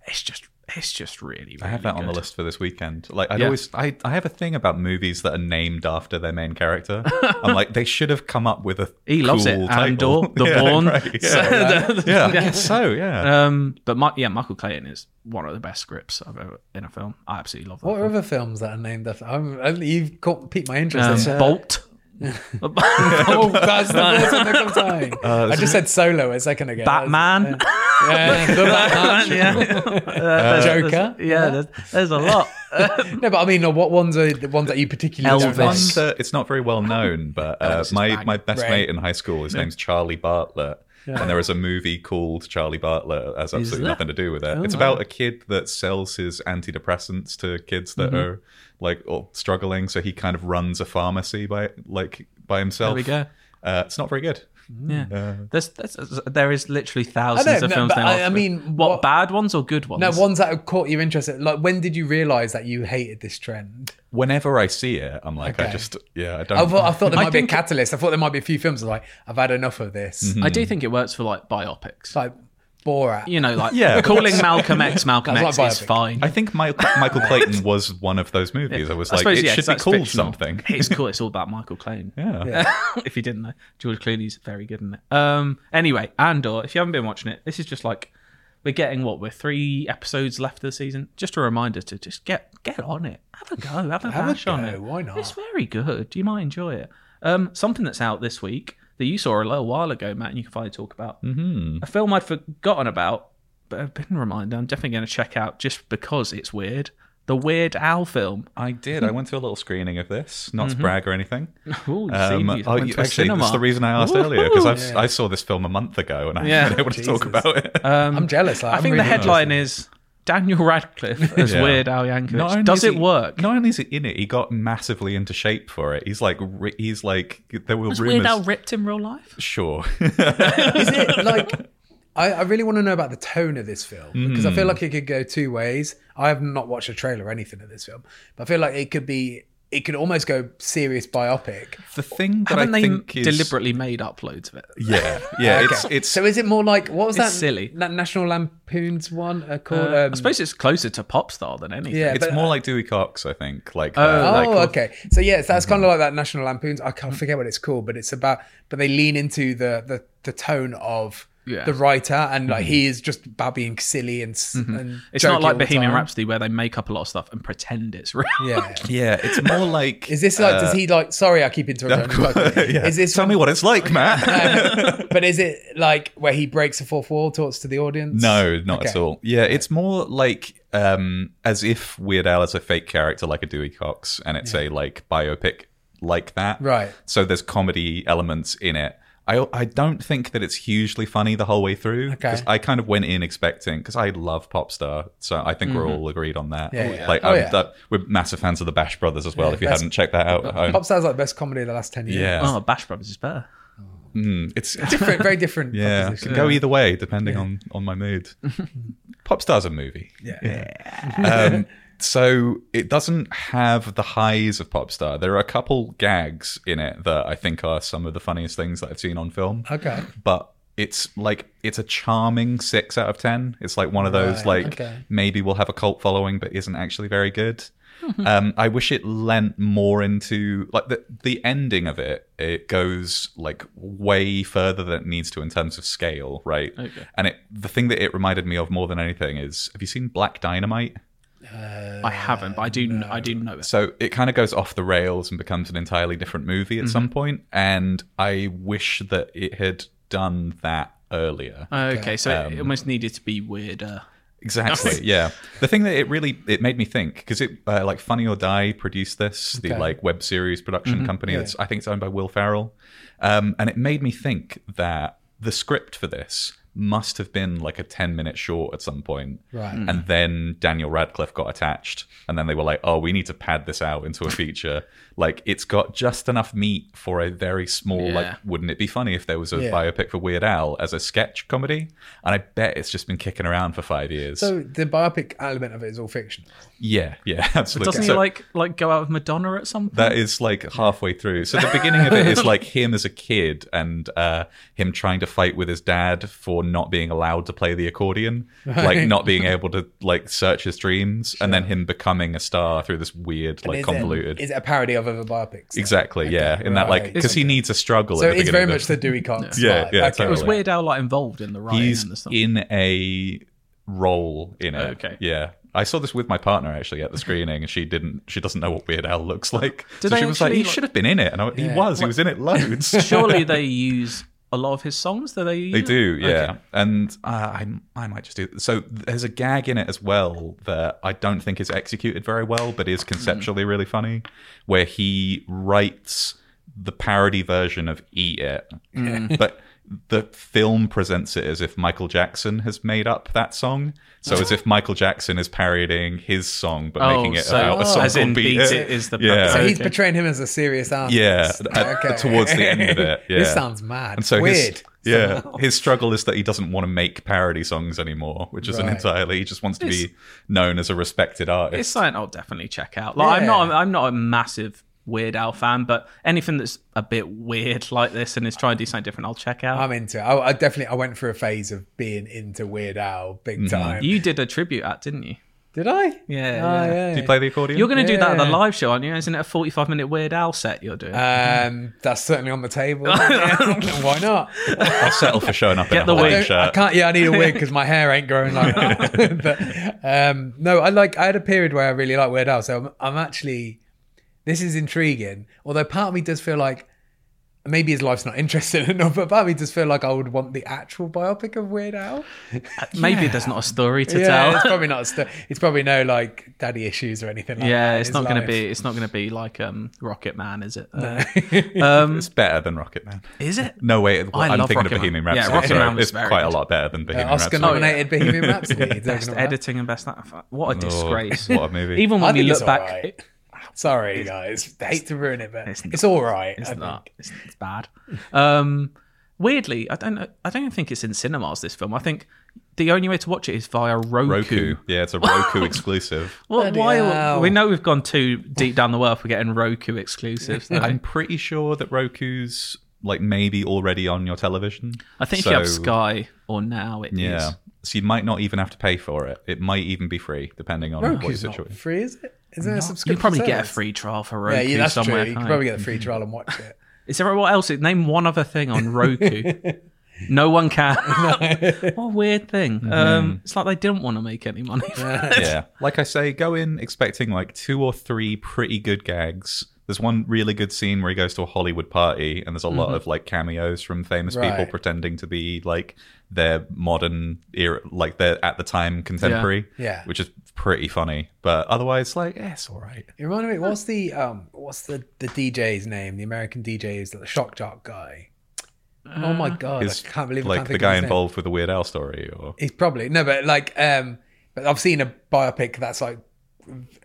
it's just, it's just really. really I have that on the good. list for this weekend. Like I'd Yeah. always I, I have a thing about movies that are named after their main character. I'm like, they should have come up with a He loves cool it. title. Andor, the yeah, Bourne. right, So- yeah. yeah, I guess so, yeah. Um, but my, yeah, Michael Clayton is one of the best scripts I've ever in a film. I absolutely love that. What are film. other films that are named after? I'm, I- you've caught, piqued my interest. Um, That's, uh, Bolt. oh, that's the first one that comes to mind. Uh, I just said Solo a second ago. Batman. Yeah, the Batman. yeah. Uh, there's- Joker. Yeah, there's, there's a lot. No, but I mean, no, what ones are the ones that you particularly don't Elvis. like? One that- uh, it's not very well known, but Oh, uh, this is my, bang. my best Right. mate in high school, his name's Charlie Bartlett. And there is a movie called Charlie Bartlett that has absolutely there? nothing to do with it. Oh, it's about a kid that sells his antidepressants to kids Mm-hmm. that are like or struggling. So he kind of runs a pharmacy by like by himself. There we go. Uh, it's not very good. Uh, Yeah. There's, there's, there is literally thousands I know, of no, films but now. I- I after- mean, what, what- bad ones or good ones? No, ones that have caught your interest. Like, when did you realize that you hated this trend? Whenever I see it, I'm like, I Okay. just Oh, yeah, I I don't. thought, I thought there I might be a think- Mm-hmm. catalyst. I thought there might be a few films that are like, I've had enough of this. Hmm. I do think it works for like biopics. It's like Borat. You know, like Yeah, but calling Malcolm X Malcolm X That's not is biopic. fine. I think Michael, Michael Clayton was one of those movies. I was like, it yeah, should 'cause be that's called fictional. something. It's cool. It's all about Michael Clayton. Yeah. if you didn't know, George Clooney's very good in it. Um, anyway, Andor. If you haven't been watching it, this is just like we're getting what we're three episodes left of the season. Just a reminder to just get get on it, have a go, have a Have a bash on go, it. why not? It's very good. You might enjoy it. Um, something that's out this week that you saw a little while ago, Matt, and you can finally talk about hmm a film I'd forgotten about, but I've been reminded. I'm definitely going to check out just because it's weird. The Weird Owl film. I did. I went to a little screening of this, not to brag or anything. Ooh, you see, Um, you oh, went Mm-hmm. you- to a actually, cinema. that's the reason I asked earlier Woohoo! because I saw this film a month ago and I Yeah. haven't been able to talk Jesus. about it. Um, I'm jealous. Like, I I'm think the really- headline is Daniel Radcliffe as Yeah. Weird Al Not only Yankovic. Does is it he- work? Not only is he in it, he got massively into shape for it. He's like, ri- he's like, there were Was rumors. Weird Al ripped in real life? sure. Is it like I, I really want to know about the tone of this film because Mm. I feel like it could go two ways. I have not watched a trailer or anything of this film, but I feel like it could be it could almost go serious biopic. the thing that I Haven't they think is deliberately made up loads of it? Yeah, yeah. Okay. It's it's so is it more like what was It's that silly. that National Lampoon's one uh, called? Uh, um, I suppose it's closer to Popstar than anything. yeah, it's but- more like Dewey Cox, I think. Like, Oh, uh, like okay. So yes, that's Mm-hmm. kind of like that National Lampoon's. I can't forget what it's called, but it's about. But they lean into the the, the tone of Yeah. Mm-hmm. the writer, and like he is just babbling silly and, s and It's not jokey all like the Bohemian time. Rhapsody where they make up a lot of stuff and pretend it's real. Yeah. yeah, it's more like. Is this like? does Uh, he like? Sorry, I keep interrupting. yeah. Is this? Tell me what it's like, Matt. but is it like where he breaks the fourth wall, talks to the audience? no, not at Okay. all. Yeah, it's more like um as if Weird Al is a fake character, like a Dewey Cox, and it's a like biopic like that. Right. So there's comedy elements in it. I, I don't think that it's hugely funny the whole way through. Okay. 'cause I kind of went in expecting because I love Popstar, so I think we're all agreed on that. Mm-hmm. Yeah, yeah. Like Oh, I'm- yeah. that- we're massive fans of the Bash Brothers as well. if you that's- hadn't checked that out, at home. Popstar's like the best comedy of the last ten years. yeah, Oh, Bash Brothers is better. Mm, it's Different, very different. Yeah, it proposition. could go either way depending on on my mood. Popstar's a movie. Yeah. Um, so it doesn't have the highs of Popstar. There are a couple gags in it that I think are some of the funniest things that I've seen on film. Okay. But it's like it's a charming six out of ten. It's like one of those Right, like okay. maybe we'll have a cult following, but isn't actually very good. Mm-hmm. um, I wish it lent more into like the the ending of it. It goes like way further than it needs to in terms of scale, right? Okay. And it the thing that it reminded me of more than anything is have you seen Black Dynamite? Uh, I haven't, but I do. kn I do know it. So it kind of goes off the rails and becomes an entirely different movie at some point. And I wish that it had done that earlier. Okay, so Um, it almost needed to be weirder. Exactly. yeah. The thing that it really it made me think because it uh, like Funny or Die produced this, the Okay. Mm-hmm. like web series production company that's I think it's owned by Will Farrell, um, and it made me think that the script for this must have been like a ten minute short at some point, Right. Hmm. And then Daniel Radcliffe got attached, and then they were like, "Oh, we need to pad this out into a feature." like it's got just enough meat for a very small Yeah. like. Wouldn't it be funny if there was a Yeah. biopic for Weird Al as a sketch comedy? And I bet it's just been kicking around for five years. So the biopic element of it is all fiction. Yeah, yeah, absolutely. Doesn't So he like like go out with Madonna at some point? that is like halfway through. So the beginning of it is like him as a kid and uh, him trying to fight with his dad for not being allowed to play the accordion, like not being able to like search his dreams, and then him becoming a star through this weird like Is it- convoluted. Is it a parody of other biopics? exactly, yeah. In that like right. because he needs a struggle. So at the it's very beginning much of the Dewey Cox. Yeah, vibe. yeah, Okay. totally. It was Weird Al like involved in the writing and the He's stuff. in a role in it. Okay. Yeah. I saw this with my partner actually at the screening, and she didn't. She doesn't know what Weird Al looks like, Do so they she was like, actually, "He like- should have been in it," and I, he Yeah. was. He was in it loads. Surely they use a lot of his songs. Do they? Use? They do, Okay. yeah. And uh, I, I might just do. So there's a gag in it as well that I don't think is executed very well, but Hmm. is conceptually really funny, where he writes the parody version of "Eat It," Hmm. but the film presents it as if Michael Jackson has made up that song. So as if Michael Jackson is parodying his song, but Oh, making it so about a song as in called beat it is the yeah, So he's Okay. portraying him as a serious artist. yeah. at- Okay. towards the end of it, yeah. This sounds mad. And so Weird. His, yeah, his struggle is that he doesn't want to make parody songs anymore, which isn't Right. entirely. He just wants to It's- be known as a respected artist. It's something I'll definitely check out. Like I'm Yeah. not I'm not a massive Weird Al fan, but anything that's a bit weird like this and is trying to do something different, I'll check out. I'm into it. I, I definitely I went through a phase of being into Weird Al big Mm-hmm. time. you did a tribute act, didn't you? Did I? Yeah, Oh, yeah. Do you play the accordion? You're going to do that at the Yeah. live show, aren't you? Isn't it a 45 minute Weird Al set you're doing? Um, that's certainly on the table. Why not? I'll settle for showing up in a the Hawaiian wig. Don't- I shirt. can't. Yeah, I need a wig because my hair ain't growing like that. but um, no, I like. I had a period where I really liked Weird Al, so I'm, I'm actually. This is intriguing. Although part of me does feel like maybe his life's not interesting enough, but part of me just feel like I would want the actual biopic of Weird Al. Maybe there's not a story to yeah, it's tell. probably not. a sto- It's probably no like daddy issues or anything. like that yeah, in it's his not going to life. be. It's not going to be like um, Rocket Man, is it? Uh, It's better than Rocket Man. is it? No, wait, I I'm love thinking Rocket of Bohemian Man. Yeah, Rhapsody. Rocket sorry. Man was it's very quite a good. lot better than Uh, Bohemian Oscar Rhapsody. nominated Bohemian Rhapsody. Talking Oh, Best about that. editing and best. What a Oh, disgrace! what a movie. Even when I we think it's look back, alright. it- Sorry, guys. I hate to ruin it, but it's, it's all right. I it's think. not. It's, it's bad. Um, weirdly, I don't. know- I don't think it's in cinemas. This film. I think the only way to watch it is via Roku. Roku. Yeah, it's a Roku exclusive. Well, Bloody why? hell. We know we've gone too deep down the well. If we're getting Roku exclusives, though. I'm pretty sure that Roku's like maybe already on your television. I think so, if you have Sky or Now, it is. Yeah. So you might not even have to pay for it. It might even it might even be free, depending on what your Roku's not situation. free, is it? Is there a subscription? You probably get a service? free trial for Roku Yeah, yeah, that's somewhere. true. You can't can you? probably get a free trial and watch it. Is there what else? Name one other thing on Roku. no one can. what a weird thing. Mm-hmm. Um, it's like they didn't want to make any money. yeah. Like I say, go in expecting like two or three pretty good gags. There's one really good scene where he goes to a Hollywood party and there's a lot of like cameos from famous people Mm-hmm. Right. pretending to be like their modern era, like their at the time contemporary. Yeah. Which is pretty funny. But otherwise, like, yeah, it's all right. It reminded me, what's the um, what's the the DJ's name? The American DJ is the shock jock guy. oh my Uh, god, Is I can't believe I like can't the think guy of his name. involved with the Weird Al story or He's probably no, but like, um, but I've seen a biopic that's like,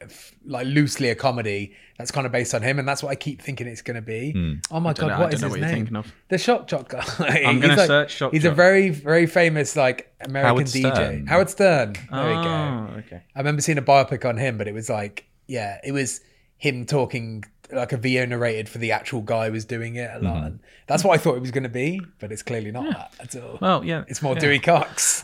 f- like loosely a comedy that's kind of based on him, and that's what I keep thinking it's going to be. Oh my know- god, Hmm. I what don't is know his what you're name? thinking of. The shock jock guy. I'm gonna He's like- search shock He's a jock. very, very famous like American Howard DJ. Stern. Howard Stern. There we go. Oh, okay. I remember seeing a biopic on him, but it was like, yeah, it was him talking like a VO narrated for the actual guy who was doing it a lot. Mm-hmm. And that's what I thought it was going to be, but it's clearly not that at all. Well, yeah. it's more Dewey Cox.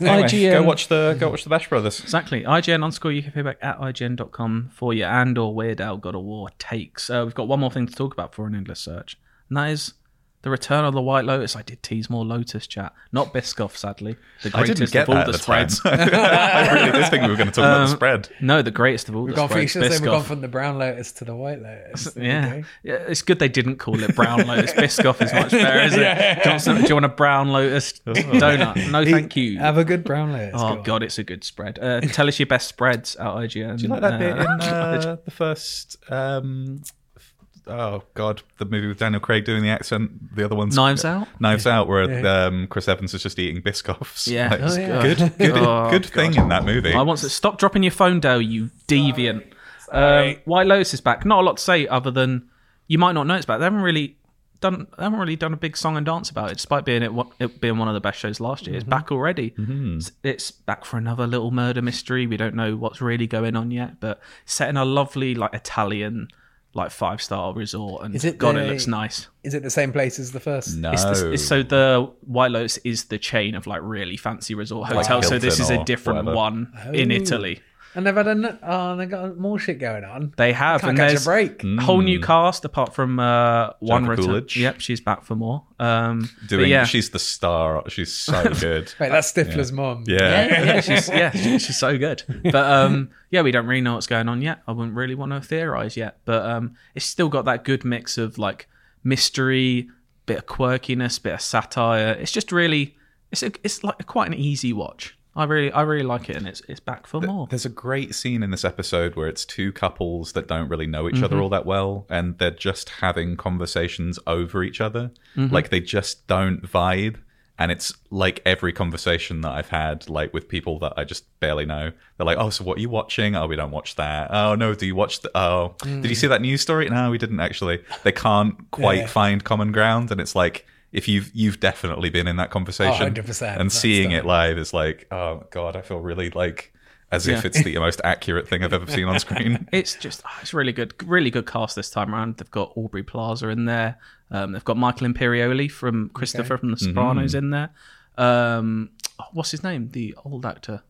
Anyway, IGN. Go watch the go watch the Bash Brothers. Exactly. IGN underscore UK feedback at IGN.com for your and or Weird Al God of War takes. Uh, we've got one more thing to talk about for an endless search, and that is the return of the White Lotus. I did tease more Lotus chat, not Biscoff, sadly. The I greatest didn't get of all that the at the Um, time. spreads. I really did think we were going to talk about the spread. no, the greatest of all We've the gone, from, you spreads. should say we've Biscoff. gone from the brown lotus to the white lotus. There we Yeah. go. yeah, it's good they didn't call it brown lotus. Biscoff is much better, isn't it? Johnson, do you want a brown lotus donut? No, thank you. Have a good brown lotus. Oh god, it's a good spread. Uh, tell us your best spreads at IGN. Do You like that bit in uh, the first? Um, f- oh God, the movie with Daniel Craig doing the accent. The other one's Knives Out? Knives Out, where um, Chris Evans is just eating biscoffs. Yeah. Like, Oh, it's yeah. good, good, Oh, good thing in that movie. I want to stop dropping your phone, Dale. You deviant. Um, White Lotus is back. Not a lot to say other than you might not know it's back. They haven't really done. They haven't really done a big song and dance about it, despite being it, wa- it being one of the best shows last year. It's back already. It's, it's back for another little murder mystery. We don't know what's really going on yet, but set in a lovely like Italian like five star resort, and Is it God, it the- looks nice. Oh. Is it the same place as the first? no, It's the, it's- so the White Lotus is the chain of like really fancy resort hotels. so this Hilton is a or different whatever. one in Italy. And they've had a oh, they've got more shit going on. They have, Can't and catch there's a break. whole new cast apart from uh, one Jennifer return. Mm. Coolidge. Yep, she's back for more. Um, but doing. yeah. She's the star. She's so good. Wait, that's Stifler's mom. Yeah. yeah, yeah, she's yeah, she- she's so good. But um, yeah, we don't really know what's going on yet. I wouldn't really want to theorize yet, but um, it's still got that good mix of like mystery, bit of quirkiness, bit of satire. It's just really, it's a, it's like quite an easy watch. I really, I really like it, and it's it's back for more. There's a great scene in this episode where it's two couples that don't really know each other all that well, and they're just having conversations over each other. Like they just don't vibe. And it's like every conversation that I've had, like with people that I just barely know. They're like, "Oh, so what are you watching? Oh, we don't watch that. Oh, no, do you watch? The- oh, did you see that news story? No, we didn't actually. They can't quite find common ground, and it's like if you've you've definitely been in that conversation, Oh, 100%, and that's seeing it live is like, oh god, I feel really like as if it's the most accurate thing I've ever seen on screen. It's just oh, it's really good, really good cast this time around. They've got Aubrey Plaza in there. Um, they've got Michael Imperioli from Christopher from The Sopranos in there. Um, oh, what's his name? The old actor.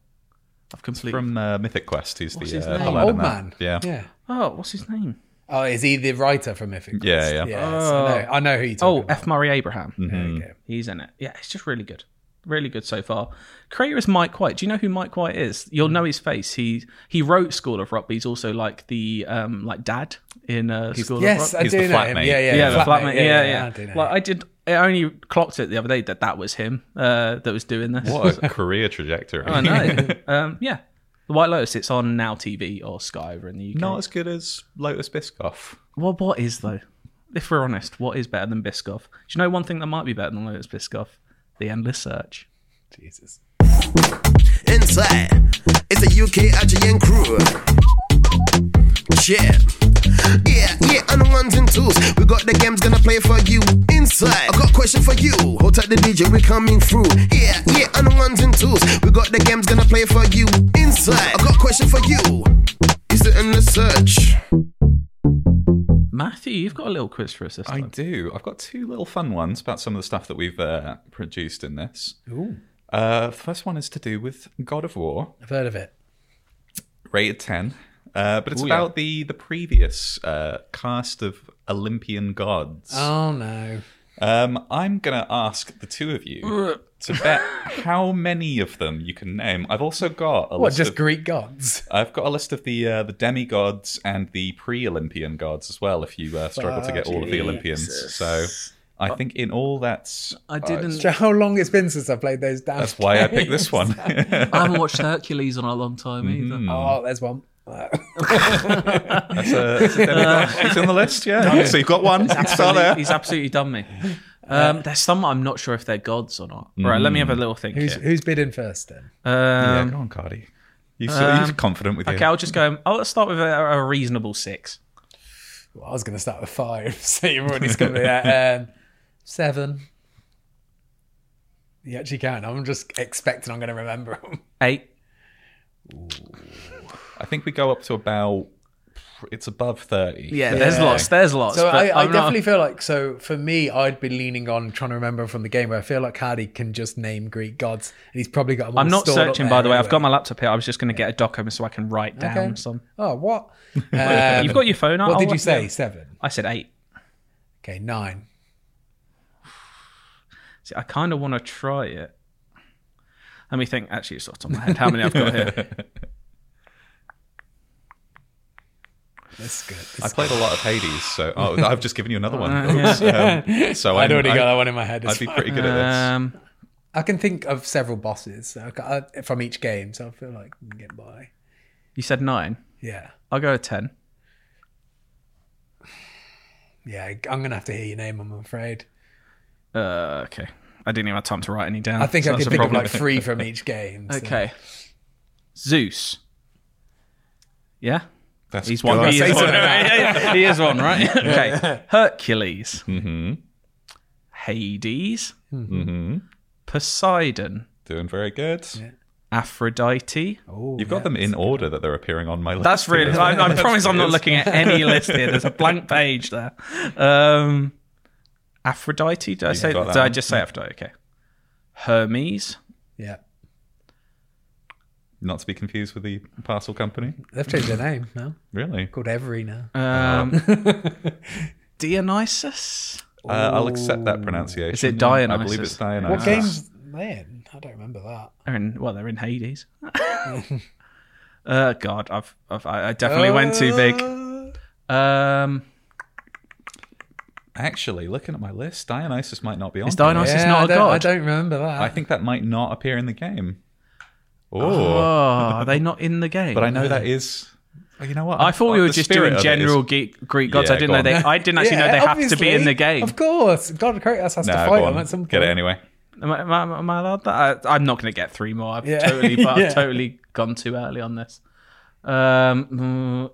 I've completely. From uh, Mythic Quest, who's the, his uh, the name? lad in Old that. man. Yeah. Yeah. oh, what's his name? Oh, is he the writer for Mythic? Quest? Yeah, yeah. Yes, I, know. I know who you're talking Oh, about. Mm. Mm-hmm. F. Murray Abraham. There we go. He's in it. Yeah, it's just really good. really good so far. Creator is Mike White. Do you know who Mike White is? You'll know his face. He he wrote School of Rock, but he's also like the um like dad in uh, School Yes, of Rock. I He's do the know him. flatmate. Yeah, yeah, yeah, the flatmate. flatmate. Yeah, yeah. I do know like him. I did. I only clocked it the other day that that was him uh, that was doing this. What a career trajectory. I know. um, yeah, The White Lotus. It's on Now TV or Sky over in the UK. Not as good as Lotus Biscoff. Well, what is though? If we're honest, what is better than Biscoff? Do you know one thing that might be better than Lotus Biscoff? The endless search. Jesus. Inside, it's the UK IGN crew. Yeah. Yeah, yeah, and the ones and twos. We got the games gonna play for you. Inside, I got a question for you. Hold tight, the DJ, we coming through. Yeah, yeah, and the ones and twos. We got the games gonna play for you. Inside, I got a question for you. Is it in the search? Matthew, you've got a little quiz for us this I time. do. I've got two little fun ones about some of the stuff that we've uh, produced in this. Uh, first one is to do with God of War, I've heard of it. rated 10. Uh, but it's about the the previous uh, cast of Olympian gods. Oh no. Um, I'm gonna ask the two of you to bet how many of them you can name. I've also got a What? list Just of, Greek gods? I've got a list of the uh, the demigods and the pre-Olympian gods as well. If you uh, struggle to get all of the Olympians, so I think in all that's I didn't. Do you know how long it's been since I played those damn. that's why I picked this one. I haven't watched Hercules in a long time either. Oh, there's one. that's a, that's a demigod. Uh, He's on the list, yeah. So you've got one. You can start there. He's absolutely done me. Um, there's some I'm not sure if they're gods or not. Right, let me have a little think Who's here. who's bidding first then? Yeah, Um, go on, Cardi. You, so you're confident with okay, your I'll just go. I'll start with a, a reasonable six. Well, I was going to start with five, so you've already scuppered that. Um, seven. You actually can. I'm just expecting I'm going to remember them. Eight. I think we go up to about it's above thirty. Yeah, there's lots. There's lots. So but I, I I'm not- definitely feel like so for me, I'd be leaning on trying to remember from the game where I feel like Cardi can just name Greek gods, and he's probably got. Them I'm all not stored up searching, there by the way. I've got anyway. my laptop here. I was just going to get a doc open so I can write down Okay. some. Oh, what? Um, You've got your phone out. What I'll did you look say? at it. Seven. I said eight. Okay, nine. See, I kind of want to try it. Let me think. Actually, it's not on my head. How many I've got here? That's good. I That's- played a lot of Hades, so oh, I've just given you another one. Uh, Oops. Um, so I'd I'm- already I, got that one in my head. would As be well. pretty good at Um, I can think of several bosses so I ca- I- from each game, so I feel like I can get by. you said nine. Yeah, I'll go a ten. yeah. I'm gonna have to hear your name. I'm afraid. Uh, okay. I didn't even have time to write any down. I think so I that's can a think of problem. like three from each game. so- Okay. Zeus. Yeah? this. That's He's one. He say is one. something. Yeah, yeah, yeah. He is one, right? Okay. Hercules. Mm-hmm. Hades. Mm-hmm. Poseidon. Doing very good. Aphrodite. Oh, You've got yeah. them in order that they're appearing on my list. That's really. I, I promise I'm not good. looking at any list here. There's a blank page there. Um, Aphrodite. Did I say? got Did that I one. just say Aphrodite? Okay. Hermes. Yeah, Not to be confused with the parcel company. they've changed their name now. Really? Called Every now. Um, Dionysus. Uh, I'll accept that pronunciation. Is it I believe Dionysus? it's what Dionysus. games they in? I don't remember that. They're in, well, they're in Hades. uh, God, I've, I've I I definitely went too Uh, big. Um, Actually, looking at my list, Dionysus might not be on. is Dionysus Yeah, not I a don't, I god? don't remember that. I think that might not appear in the game. Oh, Oh, are they not in the game? but I know that is. Oh, You know what? I thought we Uh, were the just spirit doing of it general is- geek, Greek gods. Yeah, I didn't go know on. they. I didn't actually know Yeah, they have to be in obviously. the game. Of course, God create us has Nah, to go fight on. them at some point. Get it anyway. Am I, am I- am I allowed that? I, I'm not going to get three more. I've Yeah. totally, but Yeah. I've totally gone too early on this. Um,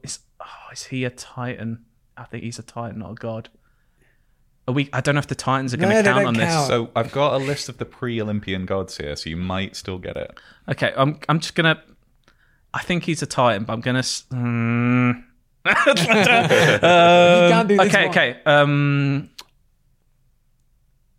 mm, is, oh, is he a titan? I think he's a titan, not a god. Are we? I don't know if the titans are going No, to they count don't on count. So I've got a list of the pre-Olympian gods here, so you might still get it. this. Okay, I'm. I'm just gonna. I think he's a titan, but I'm gonna. s- Mm. you can't do this Okay, one. okay. Um,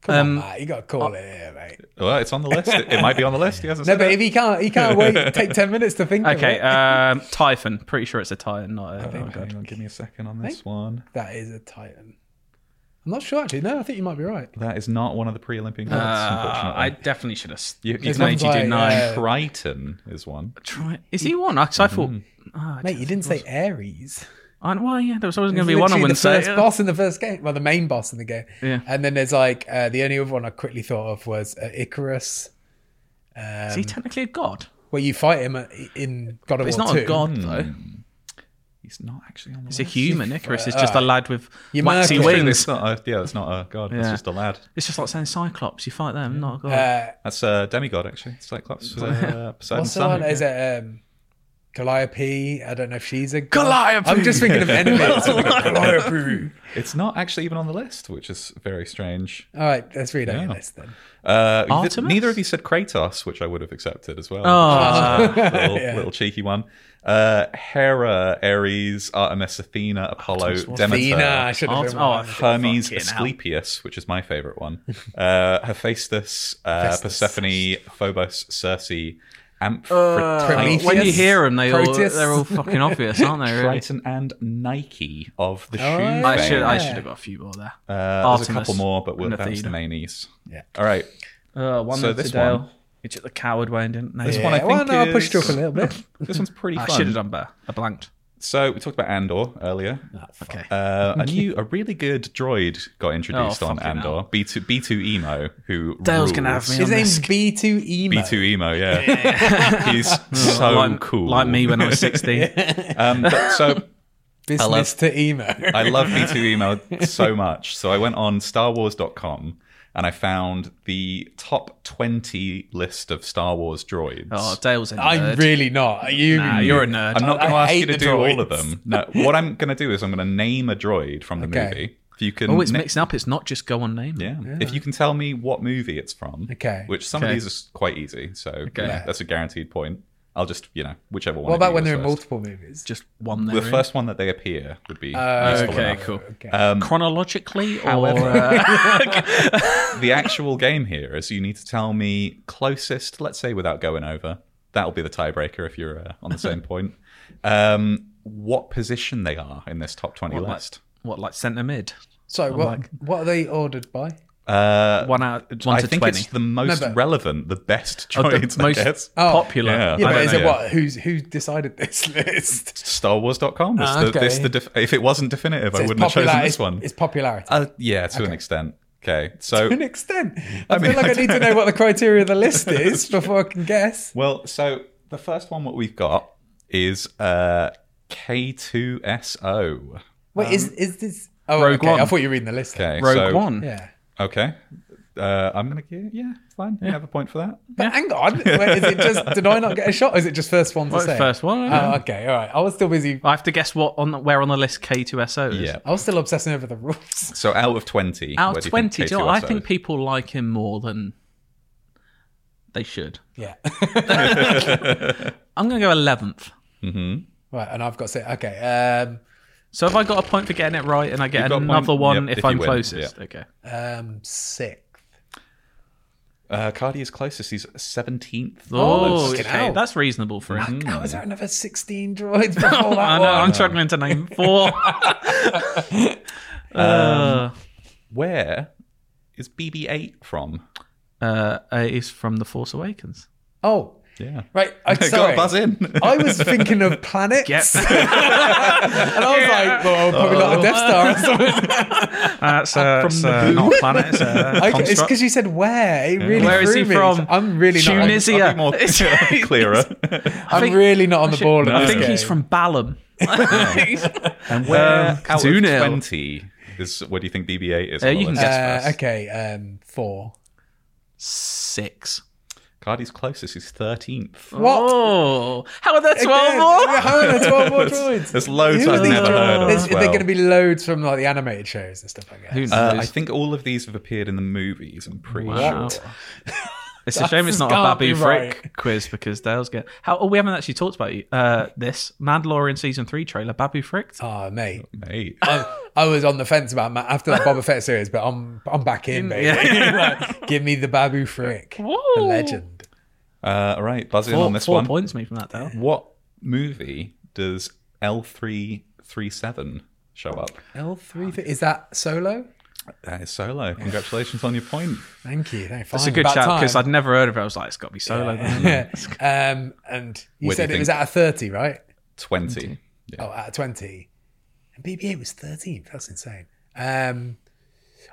Come on, Matt, you got to call uh, it here, mate. Well, Oh, it's on the list. It, it might be on the list. He hasn't No, said but it. if he can't, he can't wait. Take ten minutes to think. of okay. it. Um, typhon. Pretty sure it's a titan, not a, not a Oh, god. hang on, give me a second on this one. that is a Titan. I'm not sure actually. No, I think you might be right. That is not one of the pre-Olympian gods, Uh, I unfortunately. definitely should have. You- He's it's not 92 like, 9. uh, Triton is one. Try, is he one? Because I thought. ah, Mate, you didn't say Ares. I, well, yeah, there was always going It's to be one I literally wouldn't the say. first boss in the first game. Well, the main boss in the game. Yeah. And then there's like uh, the only other one I quickly thought of was uh, Icarus. is he technically a god? Where you fight him at, in God of It's War not 2. a god, though. Hmm. He's not actually on the It's a list. human. Icarus is just a lad with waxy You might have to- Actually, wings. It's not a, yeah, it's not a god. It's Yeah. just a lad. It's just like saying Cyclops. You fight them, not a god. Uh, That's a demigod, actually. Cyclops. Uh, Poseidon's what's the one? son. Is it um, Calliope? I don't know if she's a god. Calliope! I'm just thinking of enemies. Calliope. It's not actually even on the list, which is very strange. All right, let's read out your Yeah. list then. Uh, you did- Artemis? neither of you said Kratos, which I would have accepted as well. Oh. Which is a little, little cheeky one. Uh, Hera, Ares, Artemis, Athena, Apollo, Artemis was- Demeter. Athena, I should have Artem- been. oh, one. I should- Hermes Fucking hell. Asclepius, which is my favorite one. Uh, Hephaestus, uh, Hephaestus. Persephone, Phobos, Circe, Uh, Prometheus. Amphitrite, when you hear them, they all, Proteus. they're all fucking obvious, aren't they? Really? Triton, and Nike of the Oh, shoe. yeah. I should, fame. I Yeah. should have got a few more there. Uh, there's a Artemis couple more, but we'll, and that was the Athena. mainies. Yeah. All right. Uh, one So so this this Dale. one- You took the coward way and didn't. This Yeah. one I Yeah, well, think no, I pushed you is- off a little bit. This one's pretty I fun. should have done better. I blanked. So we talked about Andor earlier. Okay. Uh, a new, a really good droid got introduced Oh, on fucking Andor. B two B two emo who Dale's rules. gonna have me His on name's this. B2 Emo. B two emo. Yeah, he's so Hmm. like, oh, cool. Like me when I was 16. Um, but so Business love- to Emo. I love B two emo so much. So I went on StarWars.com and I found the top twenty list of Star Wars droids. Oh, Dale's a nerd. I'm really not. Are you? Nah, you're a nerd. I'm not I- going to I ask you hate to the do all of droids. them. No, what I'm going to do is I'm going to name a droid from the Okay. movie. If you can, Oh, it's na- mixing up. It's not just go on name. yeah. If you can tell me what movie it's from, Okay. Which some Okay. of these are s- quite easy, so you know, that's a guaranteed point. I'll just you know whichever one. What of about you when goes they're in first. multiple movies? Just one there. The first one that they appear would be Uh. useful Okay, enough. cool. Um, Chronologically or. Uh, the actual game here is you need to tell me closest, let's say without going over. That'll be the tiebreaker if you're uh, on the same point. Um, what position they are in this top 20 like, list. what, like centre mid? So what? what are they ordered by? Uh, One out, one I to think 20. it's the most No, but- relevant, the best Of the droids, I guess. most Oh. popular. Yeah. Yeah, I but don't is know it yet. what? Who's who decided this list? StarWars.com. Is Ah, the, this okay. the def- if it wasn't definitive, I It's wouldn't have chosen popular- this it's- one. It's popularity Uh, yeah, to an extent. Okay, to so an extent. I, mean, feel I like I, need to know what the criteria of the list is before I can guess. well, so the first one what we've got is uh, K2SO. Wait, is is this? Oh, Um, Rogue okay. I One. thought you were reading the list. Okay, Rogue so- One. Yeah. Okay, uh, I'm gonna give yeah, fine. You have a point for that. But hang on, wait, is it just did I not get a shot? Or is it just first one to Well, say? first one. Uh, yeah. Oh, okay, all right. I was still busy. I have to guess what on the, where on the list K2SO is. Yeah. I was still obsessing over the rules. So out of twenty, Out where of do you 20, do you know what? I K2SO think people like him more than they should. Yeah. I'm going to go 11th. right, and I've got to say, okay. Um, So have I got a point for getting it right and I get You've got a another point, one if, yep, if you I'm win, closest? yeah. Okay. Um, sixth. uh, Cardi is closest. He's seventeenth. Oh, fucking okay. hell. That's reasonable for him. How was that another 16 droids before that I know, I'm struggling to name four. uh, Where is BB-8 from? uh, it's from The Force Awakens. Oh, Yeah. right. I'm Got a sorry. buzz in. I was thinking of planets. Yep. And I was like, well, probably Oh. not a Death Star or something. That's uh, From it's, the uh, who? not a planet. It's a I, it's construct. because you said where. It really Where is threw he me. from? I'm really not. on- Tunis- I'll be more It's- clearer. I'm think- really not on the ball. in I this think he's game. from Balam. and where out two of nil. twenty is what do you think BB-8 is? Um, Uh, on the you can list? guess. Uh, first. okay, um, four. Six. Cardi's closest. He's thirteenth. What? Oh, how are there Again, 12 more? How are there 12 more droids? There's loads Who are I've these never heard of. droids? as They're well. going to be loads from like the animated shows and stuff, I guess. Who knows? Uh, I think all of these have appeared in the movies. I'm pretty Wow. sure. It's a shame it's not a can't be Babu Frick right. quiz because Dale's get how oh, we haven't actually talked about you. Uh, this Mandalorian season three trailer, Babu Frick. Oh, mate. Mate, Uh, I, I was on the fence about Ma- after that Boba Fett series, but I'm I'm back in, baby. Like, give me the Babu Frick, the Whoa. legend. Uh, all right, buzz in Four, on this four one. points me from that Dale. What movie does L three three seven show up? L three is that Solo? That is solo. Congratulations on your point. Thank you. Thank you. It's Fine, a good about shout because time. I'd never heard of it. I was like, it's got to be solo. Then. um, and you Where do said you it think- was at a thirty, right? 20. Oh, at a twenty, and BB-8 was thirteen. That's insane. Um,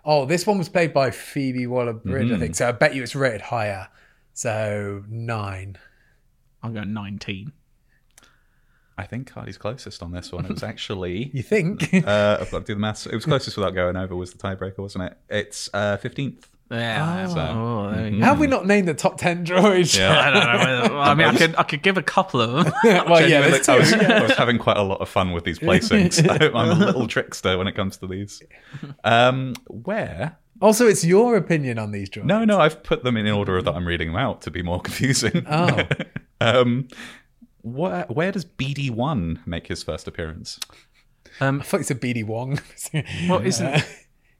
oh, this one was played by Phoebe Waller-Bridge, Mm-hmm. I think. So I bet you it's rated higher. So nine. I'm going 19. I think Cardi's closest on this one. It was actually. You think? Uh, I've got to do the maths. It was closest without going over, was the tiebreaker, wasn't it? It's uh, 15th. Yeah. So- Oh, there we go. How have we not named the top ten droids? Yeah. I don't know. whether- well, I mean, I could, I could give a couple of them. well, Oh, yeah, Genuinely, there's I, two. was, I was having quite a lot of fun with these placings. I'm a little trickster when it comes to these. Um, where? Also, it's your opinion on these droids. No, no, I've put them in order that I'm reading them out to be more confusing. Oh, um, where, where does BD1 make his first appearance? I thought it's a BD Wong. Well, isn't-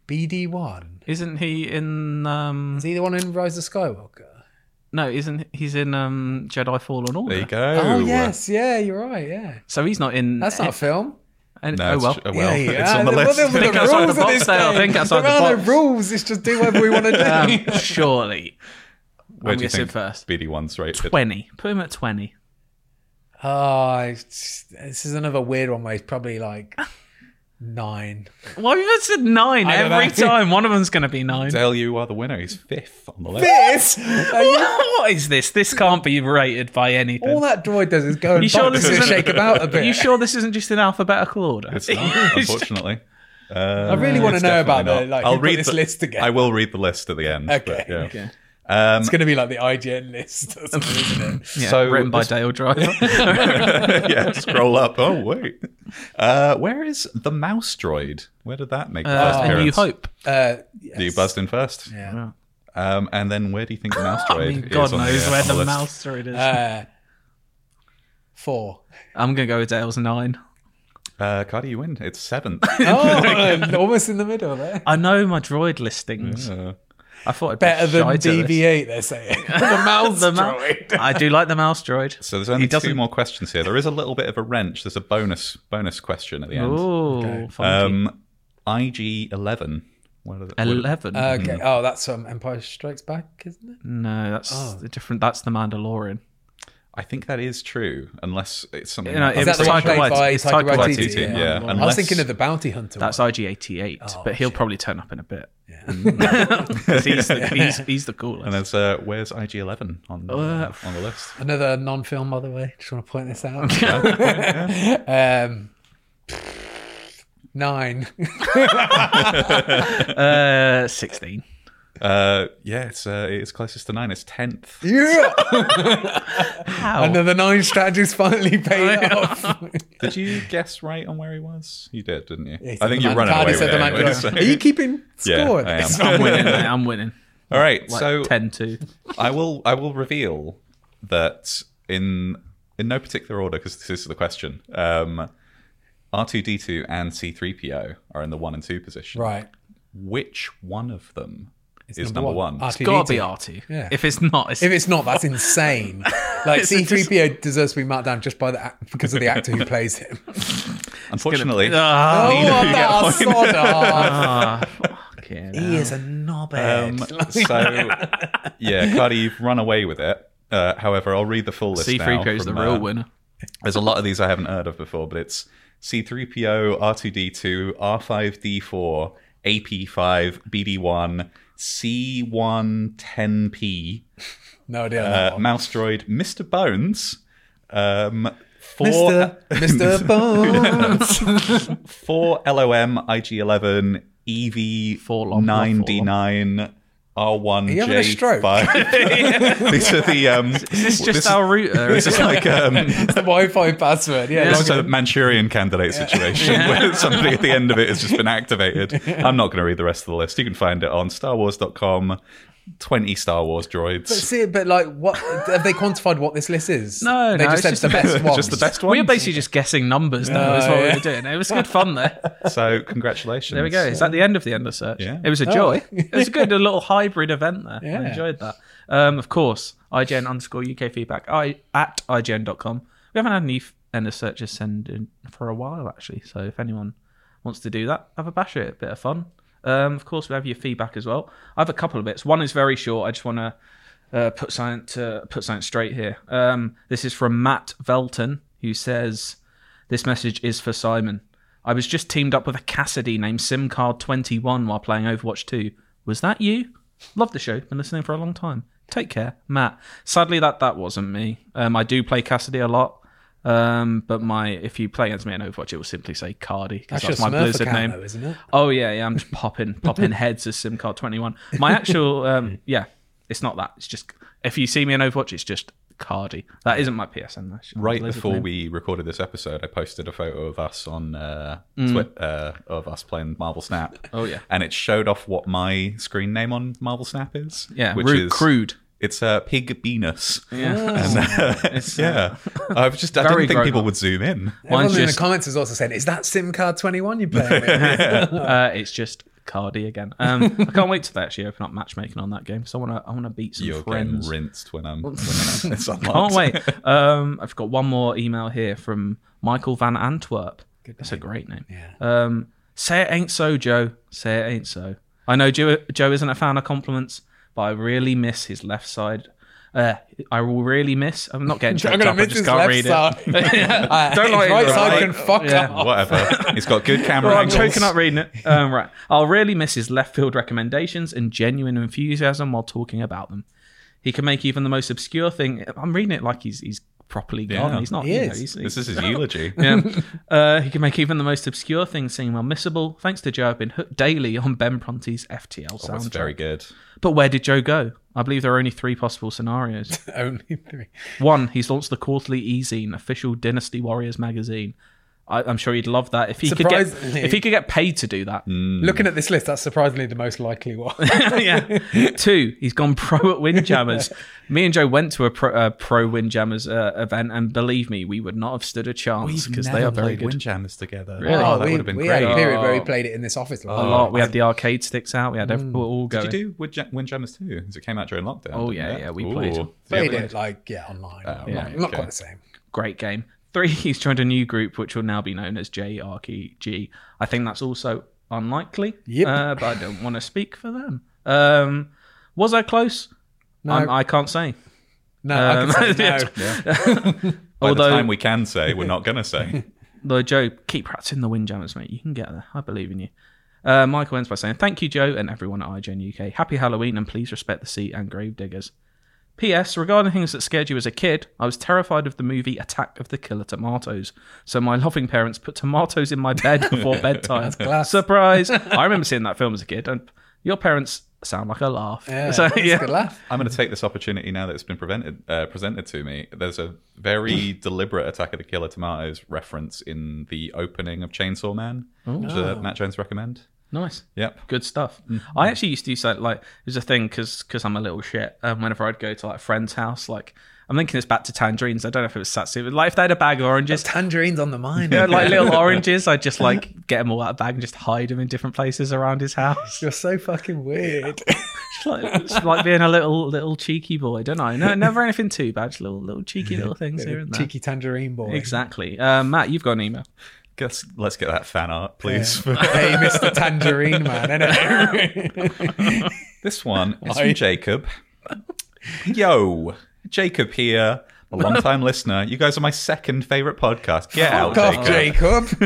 BD Uh, One? Isn't he in? Um, Is he the one in Rise of Skywalker? no, isn't he's in um, Jedi Fallen Order? There you go. Oh, yes, yeah, you're right. Yeah, So he's not in. that's not a film. and- No, oh it's- well. oh, well, yeah, it's on the Well, list. there were Think the outside rules the at box this there, I game. think outside there the are box. no rules. It's just do whatever we want to do. Um, surely. Where do you guess it think first. BD1's rated? 20. Put him at 20. Ah, it's- this is another weird one where he's probably like nine. Why have you said nine I don't every know. time? One of them's going to be nine. Dale, you are the winner. He's fifth on the list. This, are you- what is this? This can't be rated by anything. all that droid does is go and you sure box this and isn't shake about a Are bit. you sure this isn't just in alphabetical order? It's not, unfortunately. Uh, I really want to It's know about definitely the not. like. I'll read this list again. I will read the list at the end. but Okay. yeah. Okay. Um, It's going to be like the IGN list, or something, isn't it? Yeah, So written by this- Dale Driver. yeah, scroll up. Oh wait, uh, where is the mouse droid? Where did that make the first Uh, a New appearance? Hope. Uh, You yes. buzzed in first. Yeah. Um, and then where do you think the mouse droid? I mean, God is on knows uh, where on the list? mouse thread is. Uh, four. I'm going to go with Dale's nine. Uh, Cardi, you win. It's seventh. Oh, almost in the middle there. I know my droid listings. Uh, I thought it'd Better be than shy to this. BB-8, they're saying. the mouse The mou- droid. I do like the mouse droid. so there's only two doesn't- more questions here. There is a little bit of a wrench. There's a bonus bonus question at the end. Ooh, funky. Um, IG eleven. What are the, what- eleven. Okay. Oh, that's from Empire Strikes Back, isn't it? no, that's a different. That's the Mandalorian. I think that is true, unless it's something. You know, like it that was the one Taika played by Waititi. It's Taika Taika Waititi? Waititi. Yeah, Yeah. I was unless- thinking of the Bounty Hunter. That's one. IG88, but he'll probably turn up in a bit. he's, the, he's, he's the coolest. And there's uh, where's IG eleven on Oh, uh, on the list? Another non-film, by the way. Just want to point this out. um, nine. uh, 16. Uh, yeah, it's uh, it's closest to nine. It's tenth. Yeah. How? Another nine strategies finally paid off. Did you guess right on where he was? You did, didn't you? Yeah, he I said think you're the man- running Cardi away with said the it. man- anyway, Are you so- keeping Yeah, score? I am. I'm winning, mate. I'm winning. All right, Like so 10 2. I will I will reveal that in in no particular order because this is the question. Um, R two D two and C three PO are in the one and two position. Right. Which one of them is number, one? RTD2. Gotta be R2. Yeah. If it's not, it's. If it's not, that's insane. Like Is it just- C3PO deserves to be marked down just by the act, because of the actor who plays him. Unfortunately, Ah, Oh, you get that's one. sod off. fucking He hell. is a Uh, knobhead. Um, so yeah, Cardi, you've run away with it. Uh, however, I'll read the full list. now C3 goes the from, real uh, winner. There's a lot of these I haven't heard of before, but it's C3PO, R2D2, R5D4, AP5, BD1, C110P, no idea. uh, Mouse Droid, Mr. Bones, um, four, Mr. Mr. Bones. four LOM, IG11, Four long, not four long. EV9D9, R1J5. Are you having a stroke? These are the. Um, Is this just our router? This is like um, It's the Wi-Fi password. Yeah. It's a Manchurian candidate situation where somebody at the end of it has just been activated. I'm not going to read the rest of the list. You can find it on starwars.com. 20 Star Wars droids. See, but like, what have they quantified what this list is? No, they no, just said it's the just- best one. Just the best We one. were basically just guessing numbers, though, is what we were doing. It was good fun, though. So, congratulations. There we go. Is that the end of the end of search? Yeah. It was a joy. it was a good a little hybrid event there. I enjoyed that. Um, of course, IGN underscore UK feedback I, at IGN.com. We haven't had any f- end of searches send in for a while, actually. So if anyone wants to do that, have a bash at it. Bit of fun. Um, of course, we have your feedback as well. I have a couple of bits. One is very short. I just want to uh, put something to put something straight here. Um, this is from Matt Velton, who says, "This message is for Simon. I was just teamed up with a Cassidy named SimCard21 while playing Overwatch 2. Was that you? Love the show. Been listening for a long time. Take care, Matt. Sadly, that that wasn't me. Um, I do play Cassidy a lot." Um, but my if you play against me in Overwatch, it will simply say Cardi because That's, that's, your my Smurf Blizzard account, name. though, isn't it? Oh yeah, yeah. I'm just popping popping heads as SimCard 21. My actual um yeah, it's not that. It's just if you see me in Overwatch, it's just Cardi. That isn't my PSN. That's my Right Blizzard before name. we recorded this episode, I posted a photo of us on uh, Twitter uh, of us playing Marvel Snap. Mm. Oh, yeah. and it showed off what my screen name on Marvel Snap is. yeah, which rude, is crude. It's uh, Pig Venus. Yeah. uh, yeah, I was just I Very didn't think grown people up. would zoom in. Mine's Everyone in the just- comments is also saying, "Is that SIM card twenty one you playing?" with?" Oh. uh, it's just Cardi again. Um, I can't wait to actually open up matchmaking on that game. So I want to I want to beat some You're friends. getting rinsed when I'm. When I'm it's Can't unlocked. Oh, wait. Um, I've got one more email here from Michael Van Antwerp. That's a great name. Yeah. Um, say it ain't so, Joe. Say it ain't so. I know Joe, Joe isn't a fan of compliments, but I really miss his left side. Uh, I will really miss. I'm not getting choked I'm gonna up. I miss just his can't left read side. it. Uh, Don't his like it, right side right? can fuck Yeah. up. Whatever. He's got good camera Oh, I'm angles. choking up reading it. Um, right. I'll really miss his left field recommendations and genuine enthusiasm while talking about them. He can make even the most obscure thing. I'm reading it like he's he's properly gone. Yeah. he's not. He you is. know, he's- This is his eulogy. yeah. Uh, he can make even the most obscure things seem unmissable. Thanks to Joe, I've been hooked daily on Ben Pronti's FTL soundtrack. Oh, That's very good. But where did Joe go? I believe there are only three possible scenarios. Only three. One, he's launched the quarterly e-zine, official Dynasty Warriors magazine. I, I'm sure he'd love that if he could get Surprisingly- if he could get paid to do that. Looking at this list, that's surprisingly the most likely one. yeah. Two, he's gone pro at Windjammers. me and Joe went to a pro, uh, pro Windjammers uh, event, and believe me, we would not have stood a chance because they are very good. Windjammers together. Really? Oh, that we, would have been we great. had a period where we Oh. played it in this office a a lot. lot. We had the arcade sticks out. We had every, all Mm. Did going. you do Windja- Windjammers too? Because it came out during lockdown. Oh, didn't yeah, it? yeah, we played. Ooh. Played Yeah, it like yeah online. Oh, yeah, not, not okay. quite the same. Great game. Three, he's joined a new group which will now be known as JRKG. I think that's also unlikely. Yep. Uh, but I don't want to speak for them. Um, was I close? No. I'm, I can't say. No, Um, I can say no. yeah. By Although, the time we can say, we're not going to say. though, Joe, keep practicing the windjammers, mate. You can get there. I believe in you. Uh, Michael ends by saying, Thank you, Joe, and everyone at IGN UK. Happy Halloween, and please respect the sea and gravediggers. P.S. Regarding things that scared you as a kid, I was terrified of the movie Attack of the Killer Tomatoes. So my loving parents put tomatoes in my bed before bedtime. class. Surprise! I remember seeing that film as a kid, and your parents sound like a laugh. Yeah, So, that's a yeah. good laugh. I'm going to take this opportunity now that it's been prevented, uh, presented to me. There's a very deliberate Attack of the Killer Tomatoes reference in the opening of Chainsaw Man, which uh, Matt Jones recommend. Nice. Yep. good stuff. Mm-hmm. I actually used to do something like it was a thing because I'm a little shit. Um, whenever I'd go to like a friend's house, like I'm thinking it's back to tangerines. I don't know if it was Satsu, but like if they had a bag of oranges, Tangerines on the mind. you know, like little oranges, I'd just like get them all out of the bag and just hide them in different places around his house. You're so fucking weird. It's like, it's like being a little little cheeky boy, don't I? No, never anything too bad. Just little little cheeky little things here and there. Cheeky tangerine boy. Exactly. Uh, Matt, you've got an email. Guess, let's get that fan art, please. hey, Mr. Tangerine Man. innit? This one is from Jacob. Yo, Jacob here, a long-time listener. You guys are my second favorite podcast. Get out, Fuck off, Jacob. Jacob.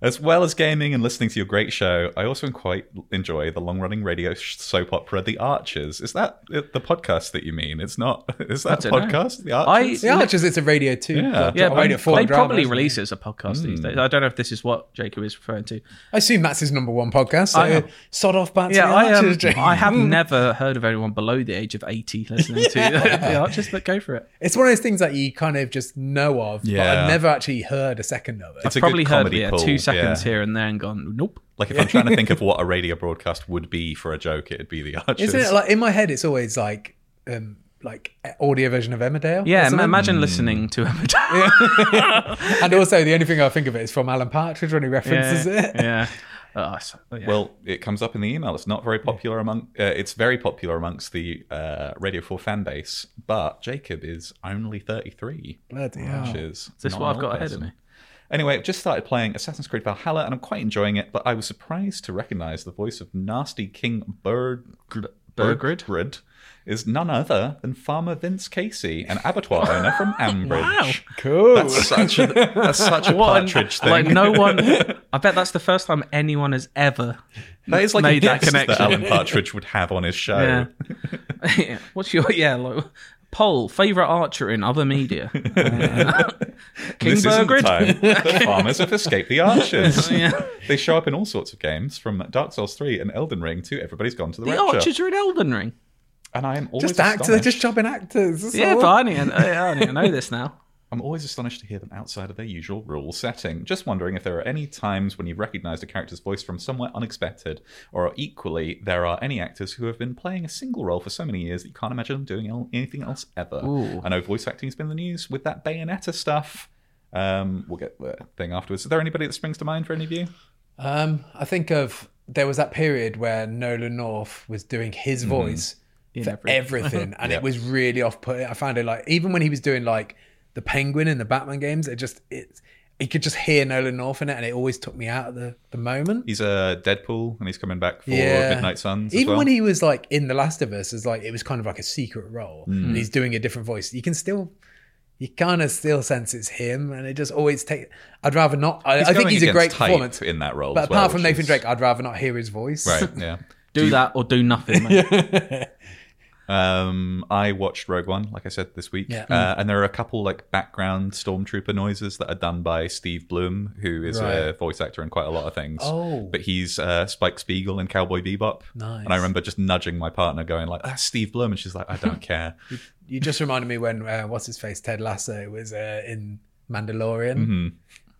As well as gaming and listening to your great show, I also quite enjoy the long-running radio sh- soap opera, The Archers. Is that it- the podcast that you mean? It's not. Is that a don't know. podcast? The I Archers. The Archers, it's a Radio 2. Yeah. yeah, or Radio but 4 they drama, probably isn't it? release it as a podcast these Mm. days. I don't know if this is what Jacob is referring to. I assume that's his number one podcast. So I am. sod off back to Yeah, The I, um, Archers, Jacob. I have never heard of anyone below the age of 80 listening to the Archers, but go for it. It's one of those things that you kind of just know of, but Yeah. I've never actually heard a second of it. It's a Probably good heard comedy yeah, pull, two seconds yeah. here and there and gone, nope. Like if I'm trying to think of what a radio broadcast would be for a joke, it'd be The Archers. Isn't it like in my head? It's always like, um, like audio version of Emmerdale. or Yeah, something. imagine Hmm. listening to him. and also the only thing I think of it is from Alan Partridge when he references it. yeah. Oh, so- yeah. Well, it comes up in the email. It's not very popular among. Uh, it's very popular amongst the uh, Radio Four fan base, but Jacob is only thirty three, Bloody which hell. is is this not what an I've got old ahead of person. me? Anyway, I've just started playing Assassin's Creed Valhalla and I'm quite enjoying it, but I was surprised to recognize the voice of Nasty King Bird. Burgred? Burgred is none other than Farmer Vince Casey, an abattoir owner from Ambridge. Cool. That's such a, that's such a What an- partridge thing. Like no one. I bet that's the first time anyone has ever. that is like made a that guest that connection. Alan Partridge would have on his show. Yeah. What's your yeah like poll favorite archer in other media? King this isn't Burgred? time. The farmers have escaped the archers. Yeah. They show up in all sorts of games, from Dark Souls 3 and Elden Ring to Everybody's Gone to the, The Rapture. archers are in Elden Ring. And I am always just actors. They're astonished- just jobbing actors. That's Yeah, all. but I need, I need to know this now. I'm always astonished to hear them outside of their usual rule setting. Just wondering if there are any times when you've recognized a character's voice from somewhere unexpected, or equally, there are any actors who have been playing a single role for so many years that you can't imagine them doing el- anything else ever. Ooh. I know voice acting's been in the news with that Bayonetta stuff. Um, we'll get the thing afterwards. Is there anybody that springs to mind for any of you? Um, I think of there was that period where Nolan North was doing his Mm-hmm. voice for every- everything, and it was really off-putting. I found it like even when he was doing like the Penguin in the Batman games, it just it you could just hear Nolan North in it, and it always took me out of the the moment. He's a Deadpool, and he's coming back for Midnight Suns. as Even well. when he was like in The Last of Us, is like it was kind of like a secret role, Hmm. and he's doing a different voice. You can still. You kind of still sense it's him, and it just always take. I'd rather not. I, I think going he's a against great type performance. in that role. But as apart well, from which Nathan is- Drake, I'd rather not hear his voice. right? Yeah. Do, that or do nothing. Mate. Um, I watched Rogue One, like I said this week, Yeah. Mm. uh, and there are a couple like background stormtrooper noises that are done by Steve Bloom, who is a Right. voice actor in quite a lot of things. Oh. but he's uh, Spike Spiegel in Cowboy Bebop. Nice. And I remember just nudging my partner, going like, "That's Steve Bloom," and she's like, "I don't care." You just reminded me when uh, what's his face Ted Lasso was uh, in Mandalorian, Mm-hmm.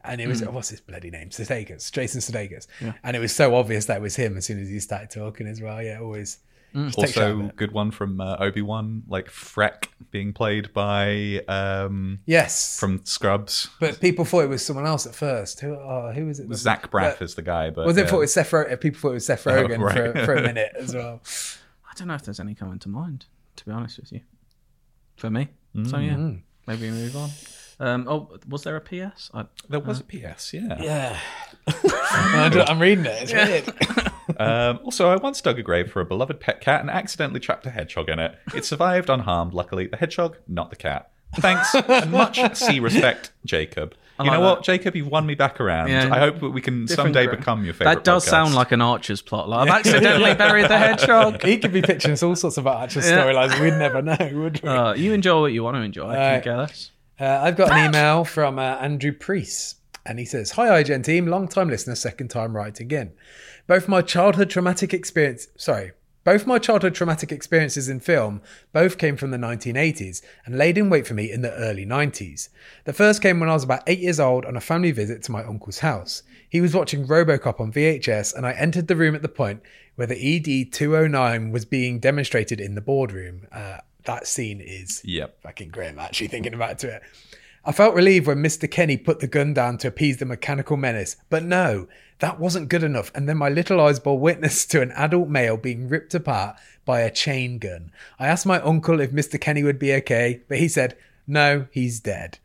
and it was what's his bloody name Sudeikis, Jason Sudeikis, and it was so obvious that was him as soon as he started talking as well. Yeah, always. Just takes you out of also, it. good one from uh, Obi Wan, like Freck being played by um, yes, from Scrubs. but people thought it was someone else at first. Who oh, who was it? Zach Braff is the guy, but uh, was it yeah. thought it was Seth? Ro- people thought it was Seth Rogen for, right. for a minute as well. I don't know if there's any coming to mind, to be honest with you. For me. Mm. So yeah. Mm. Maybe we move on. Um, oh, was there a PS? I, There was a PS, yeah. Uh-huh. Yeah, I'm reading it. It's weird. Um, also, I once dug a grave for a beloved pet cat and accidentally trapped a hedgehog in it. It survived unharmed, luckily. The hedgehog, not the cat. Thanks and much sea respect, Jacob. you know like what, Jacob? You've won me back around. Yeah. I hope that we can Different someday gra- become your favorite. that does podcast. sound like an Archer's plot. Like, I've accidentally buried the hedgehog. He could be picturing us all sorts of actual Yeah. storylines. We'd never know, would we? Uh, you enjoy what you want to enjoy. I Alright. can care less. Uh, I've got an email from uh, Andrew Priest, and he says, "Hi, IGN team, long time listener, second time writing in. Both my childhood traumatic experience, sorry." Both my childhood traumatic experiences in film both came from the 1980s and laid in wait for me in the early 90s. The first came when I was about 8 years old on a family visit to my uncle's house. He was watching RoboCop on VHS and I entered the room at the point where the E ED 209 was being demonstrated in the boardroom. Uh, that scene is Yep. fucking grim actually thinking about it. I felt relieved when Mr. Kenny put the gun down to appease the mechanical menace, but no, that wasn't good enough. And then my little eyes bore witness to an adult male being ripped apart by a chain gun. I asked my uncle if Mr. Kenny would be okay, but he said, no, he's dead.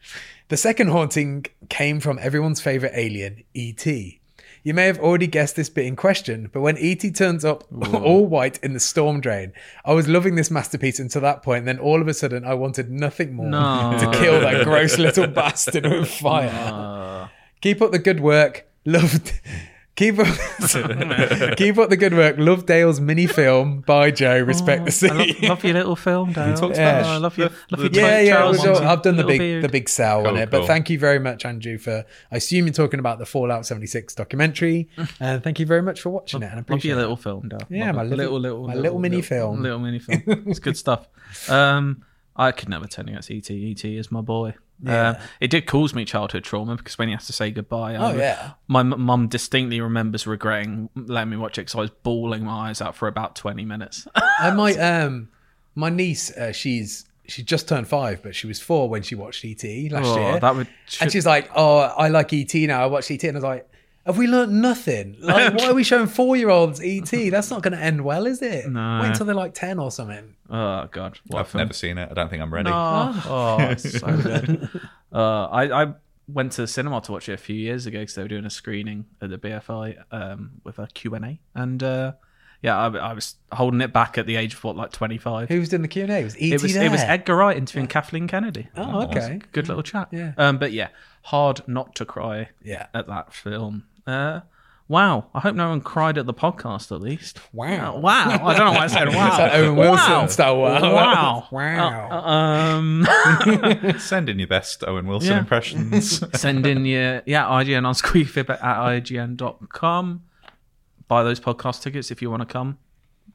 The second haunting came from everyone's favourite alien, E.T. You may have already guessed this bit in question, but when E.T. turns up all white in the storm drain, I was loving this masterpiece until that point. Then all of a sudden, I wanted nothing more No. to kill that gross little bastard with fire. Keep up the good work. Loved. Keep up, Oh, keep up the good work. Love Dale's mini film. Bye, Joe. Respect the sea. Oh, I love, love your little film, Dale. talks Yeah. about Oh, I love your, the- love your the- tight yeah, yeah. it was trousers all- and I've done the little big beard. the big sell on Cool, it, cool. but thank you very much, Andrew, for I assume you're talking about the Fallout 76 documentary, and thank you very much for watching it. And I Love appreciate your it. little film, Dale. Yeah, Love my it. little- my little mini film. Little mini film. It's good stuff. Um, I could never turn against ET. ET E is my boy. Um, it did cause me childhood trauma because when he has to say goodbye, I Oh, yeah. my m- mum distinctly remembers regretting letting me watch it because I was bawling my eyes out for about twenty minutes. I might um my niece uh, she's she just turned five, but she was four when she watched ET last Oh, year. that would- and she's like, "Oh, I like ET now. I watched ET, and I was like." Have we learnt nothing? Like, why are we showing four-year-olds ET? That's not going to end well, is it? No. Wait until they're like ten or something. oh God, what a I've film. Oh. never seen it. I don't think I'm ready. Oh, oh, it's so good. Uh, I, I went to the cinema to watch it a few years ago because they were doing a screening at the BFI um, with a Q&A. And uh, yeah, I, I was holding it back at the age of what, like 25. Who was doing the Q and A? Was E.T. it was there? it was Edgar Wright interviewing Kathleen Kennedy. Oh, That was a okay. good little chat. Yeah. Um, but yeah, hard not to cry Yeah. at that film. Uh, wow. I hope no one cried at the podcast at least. Uh, Wow. Wow. I don't know why I said wow. It's like Owen Wilson wow. style wow. Wow. Wow. Uh, um, Send in your best Owen Wilson Yeah. impressions. send in your, yeah, IGN on squeakfib at IGN.com. Buy those podcast tickets if you want to come.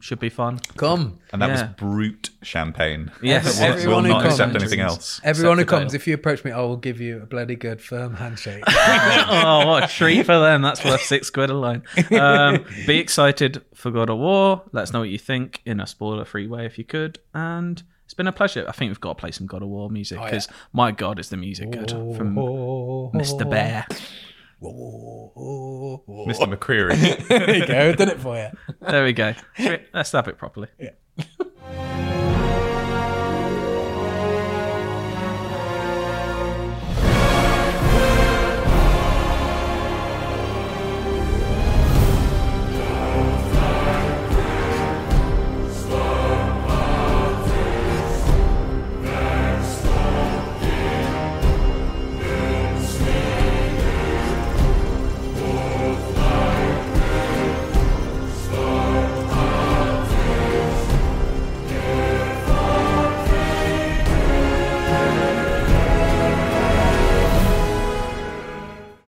Should be fun. Come. and that Yeah. was brute champagne. Yes. We'll- Everyone we'll who not accept comes- anything else. Everyone who Except for comes, Dale. if you approach me, I will give you a bloody good firm handshake. oh, what a treat for them. That's worth six quid alone. Um, be excited for God of War. Let us know what you think in a spoiler free way if you could. And it's been a pleasure. I think we've got to play some God of War music because my God, is the music good from Mr. Bear. Mr. Mr. McCreary. There you go. Done it for you. There we go. Let's have it properly.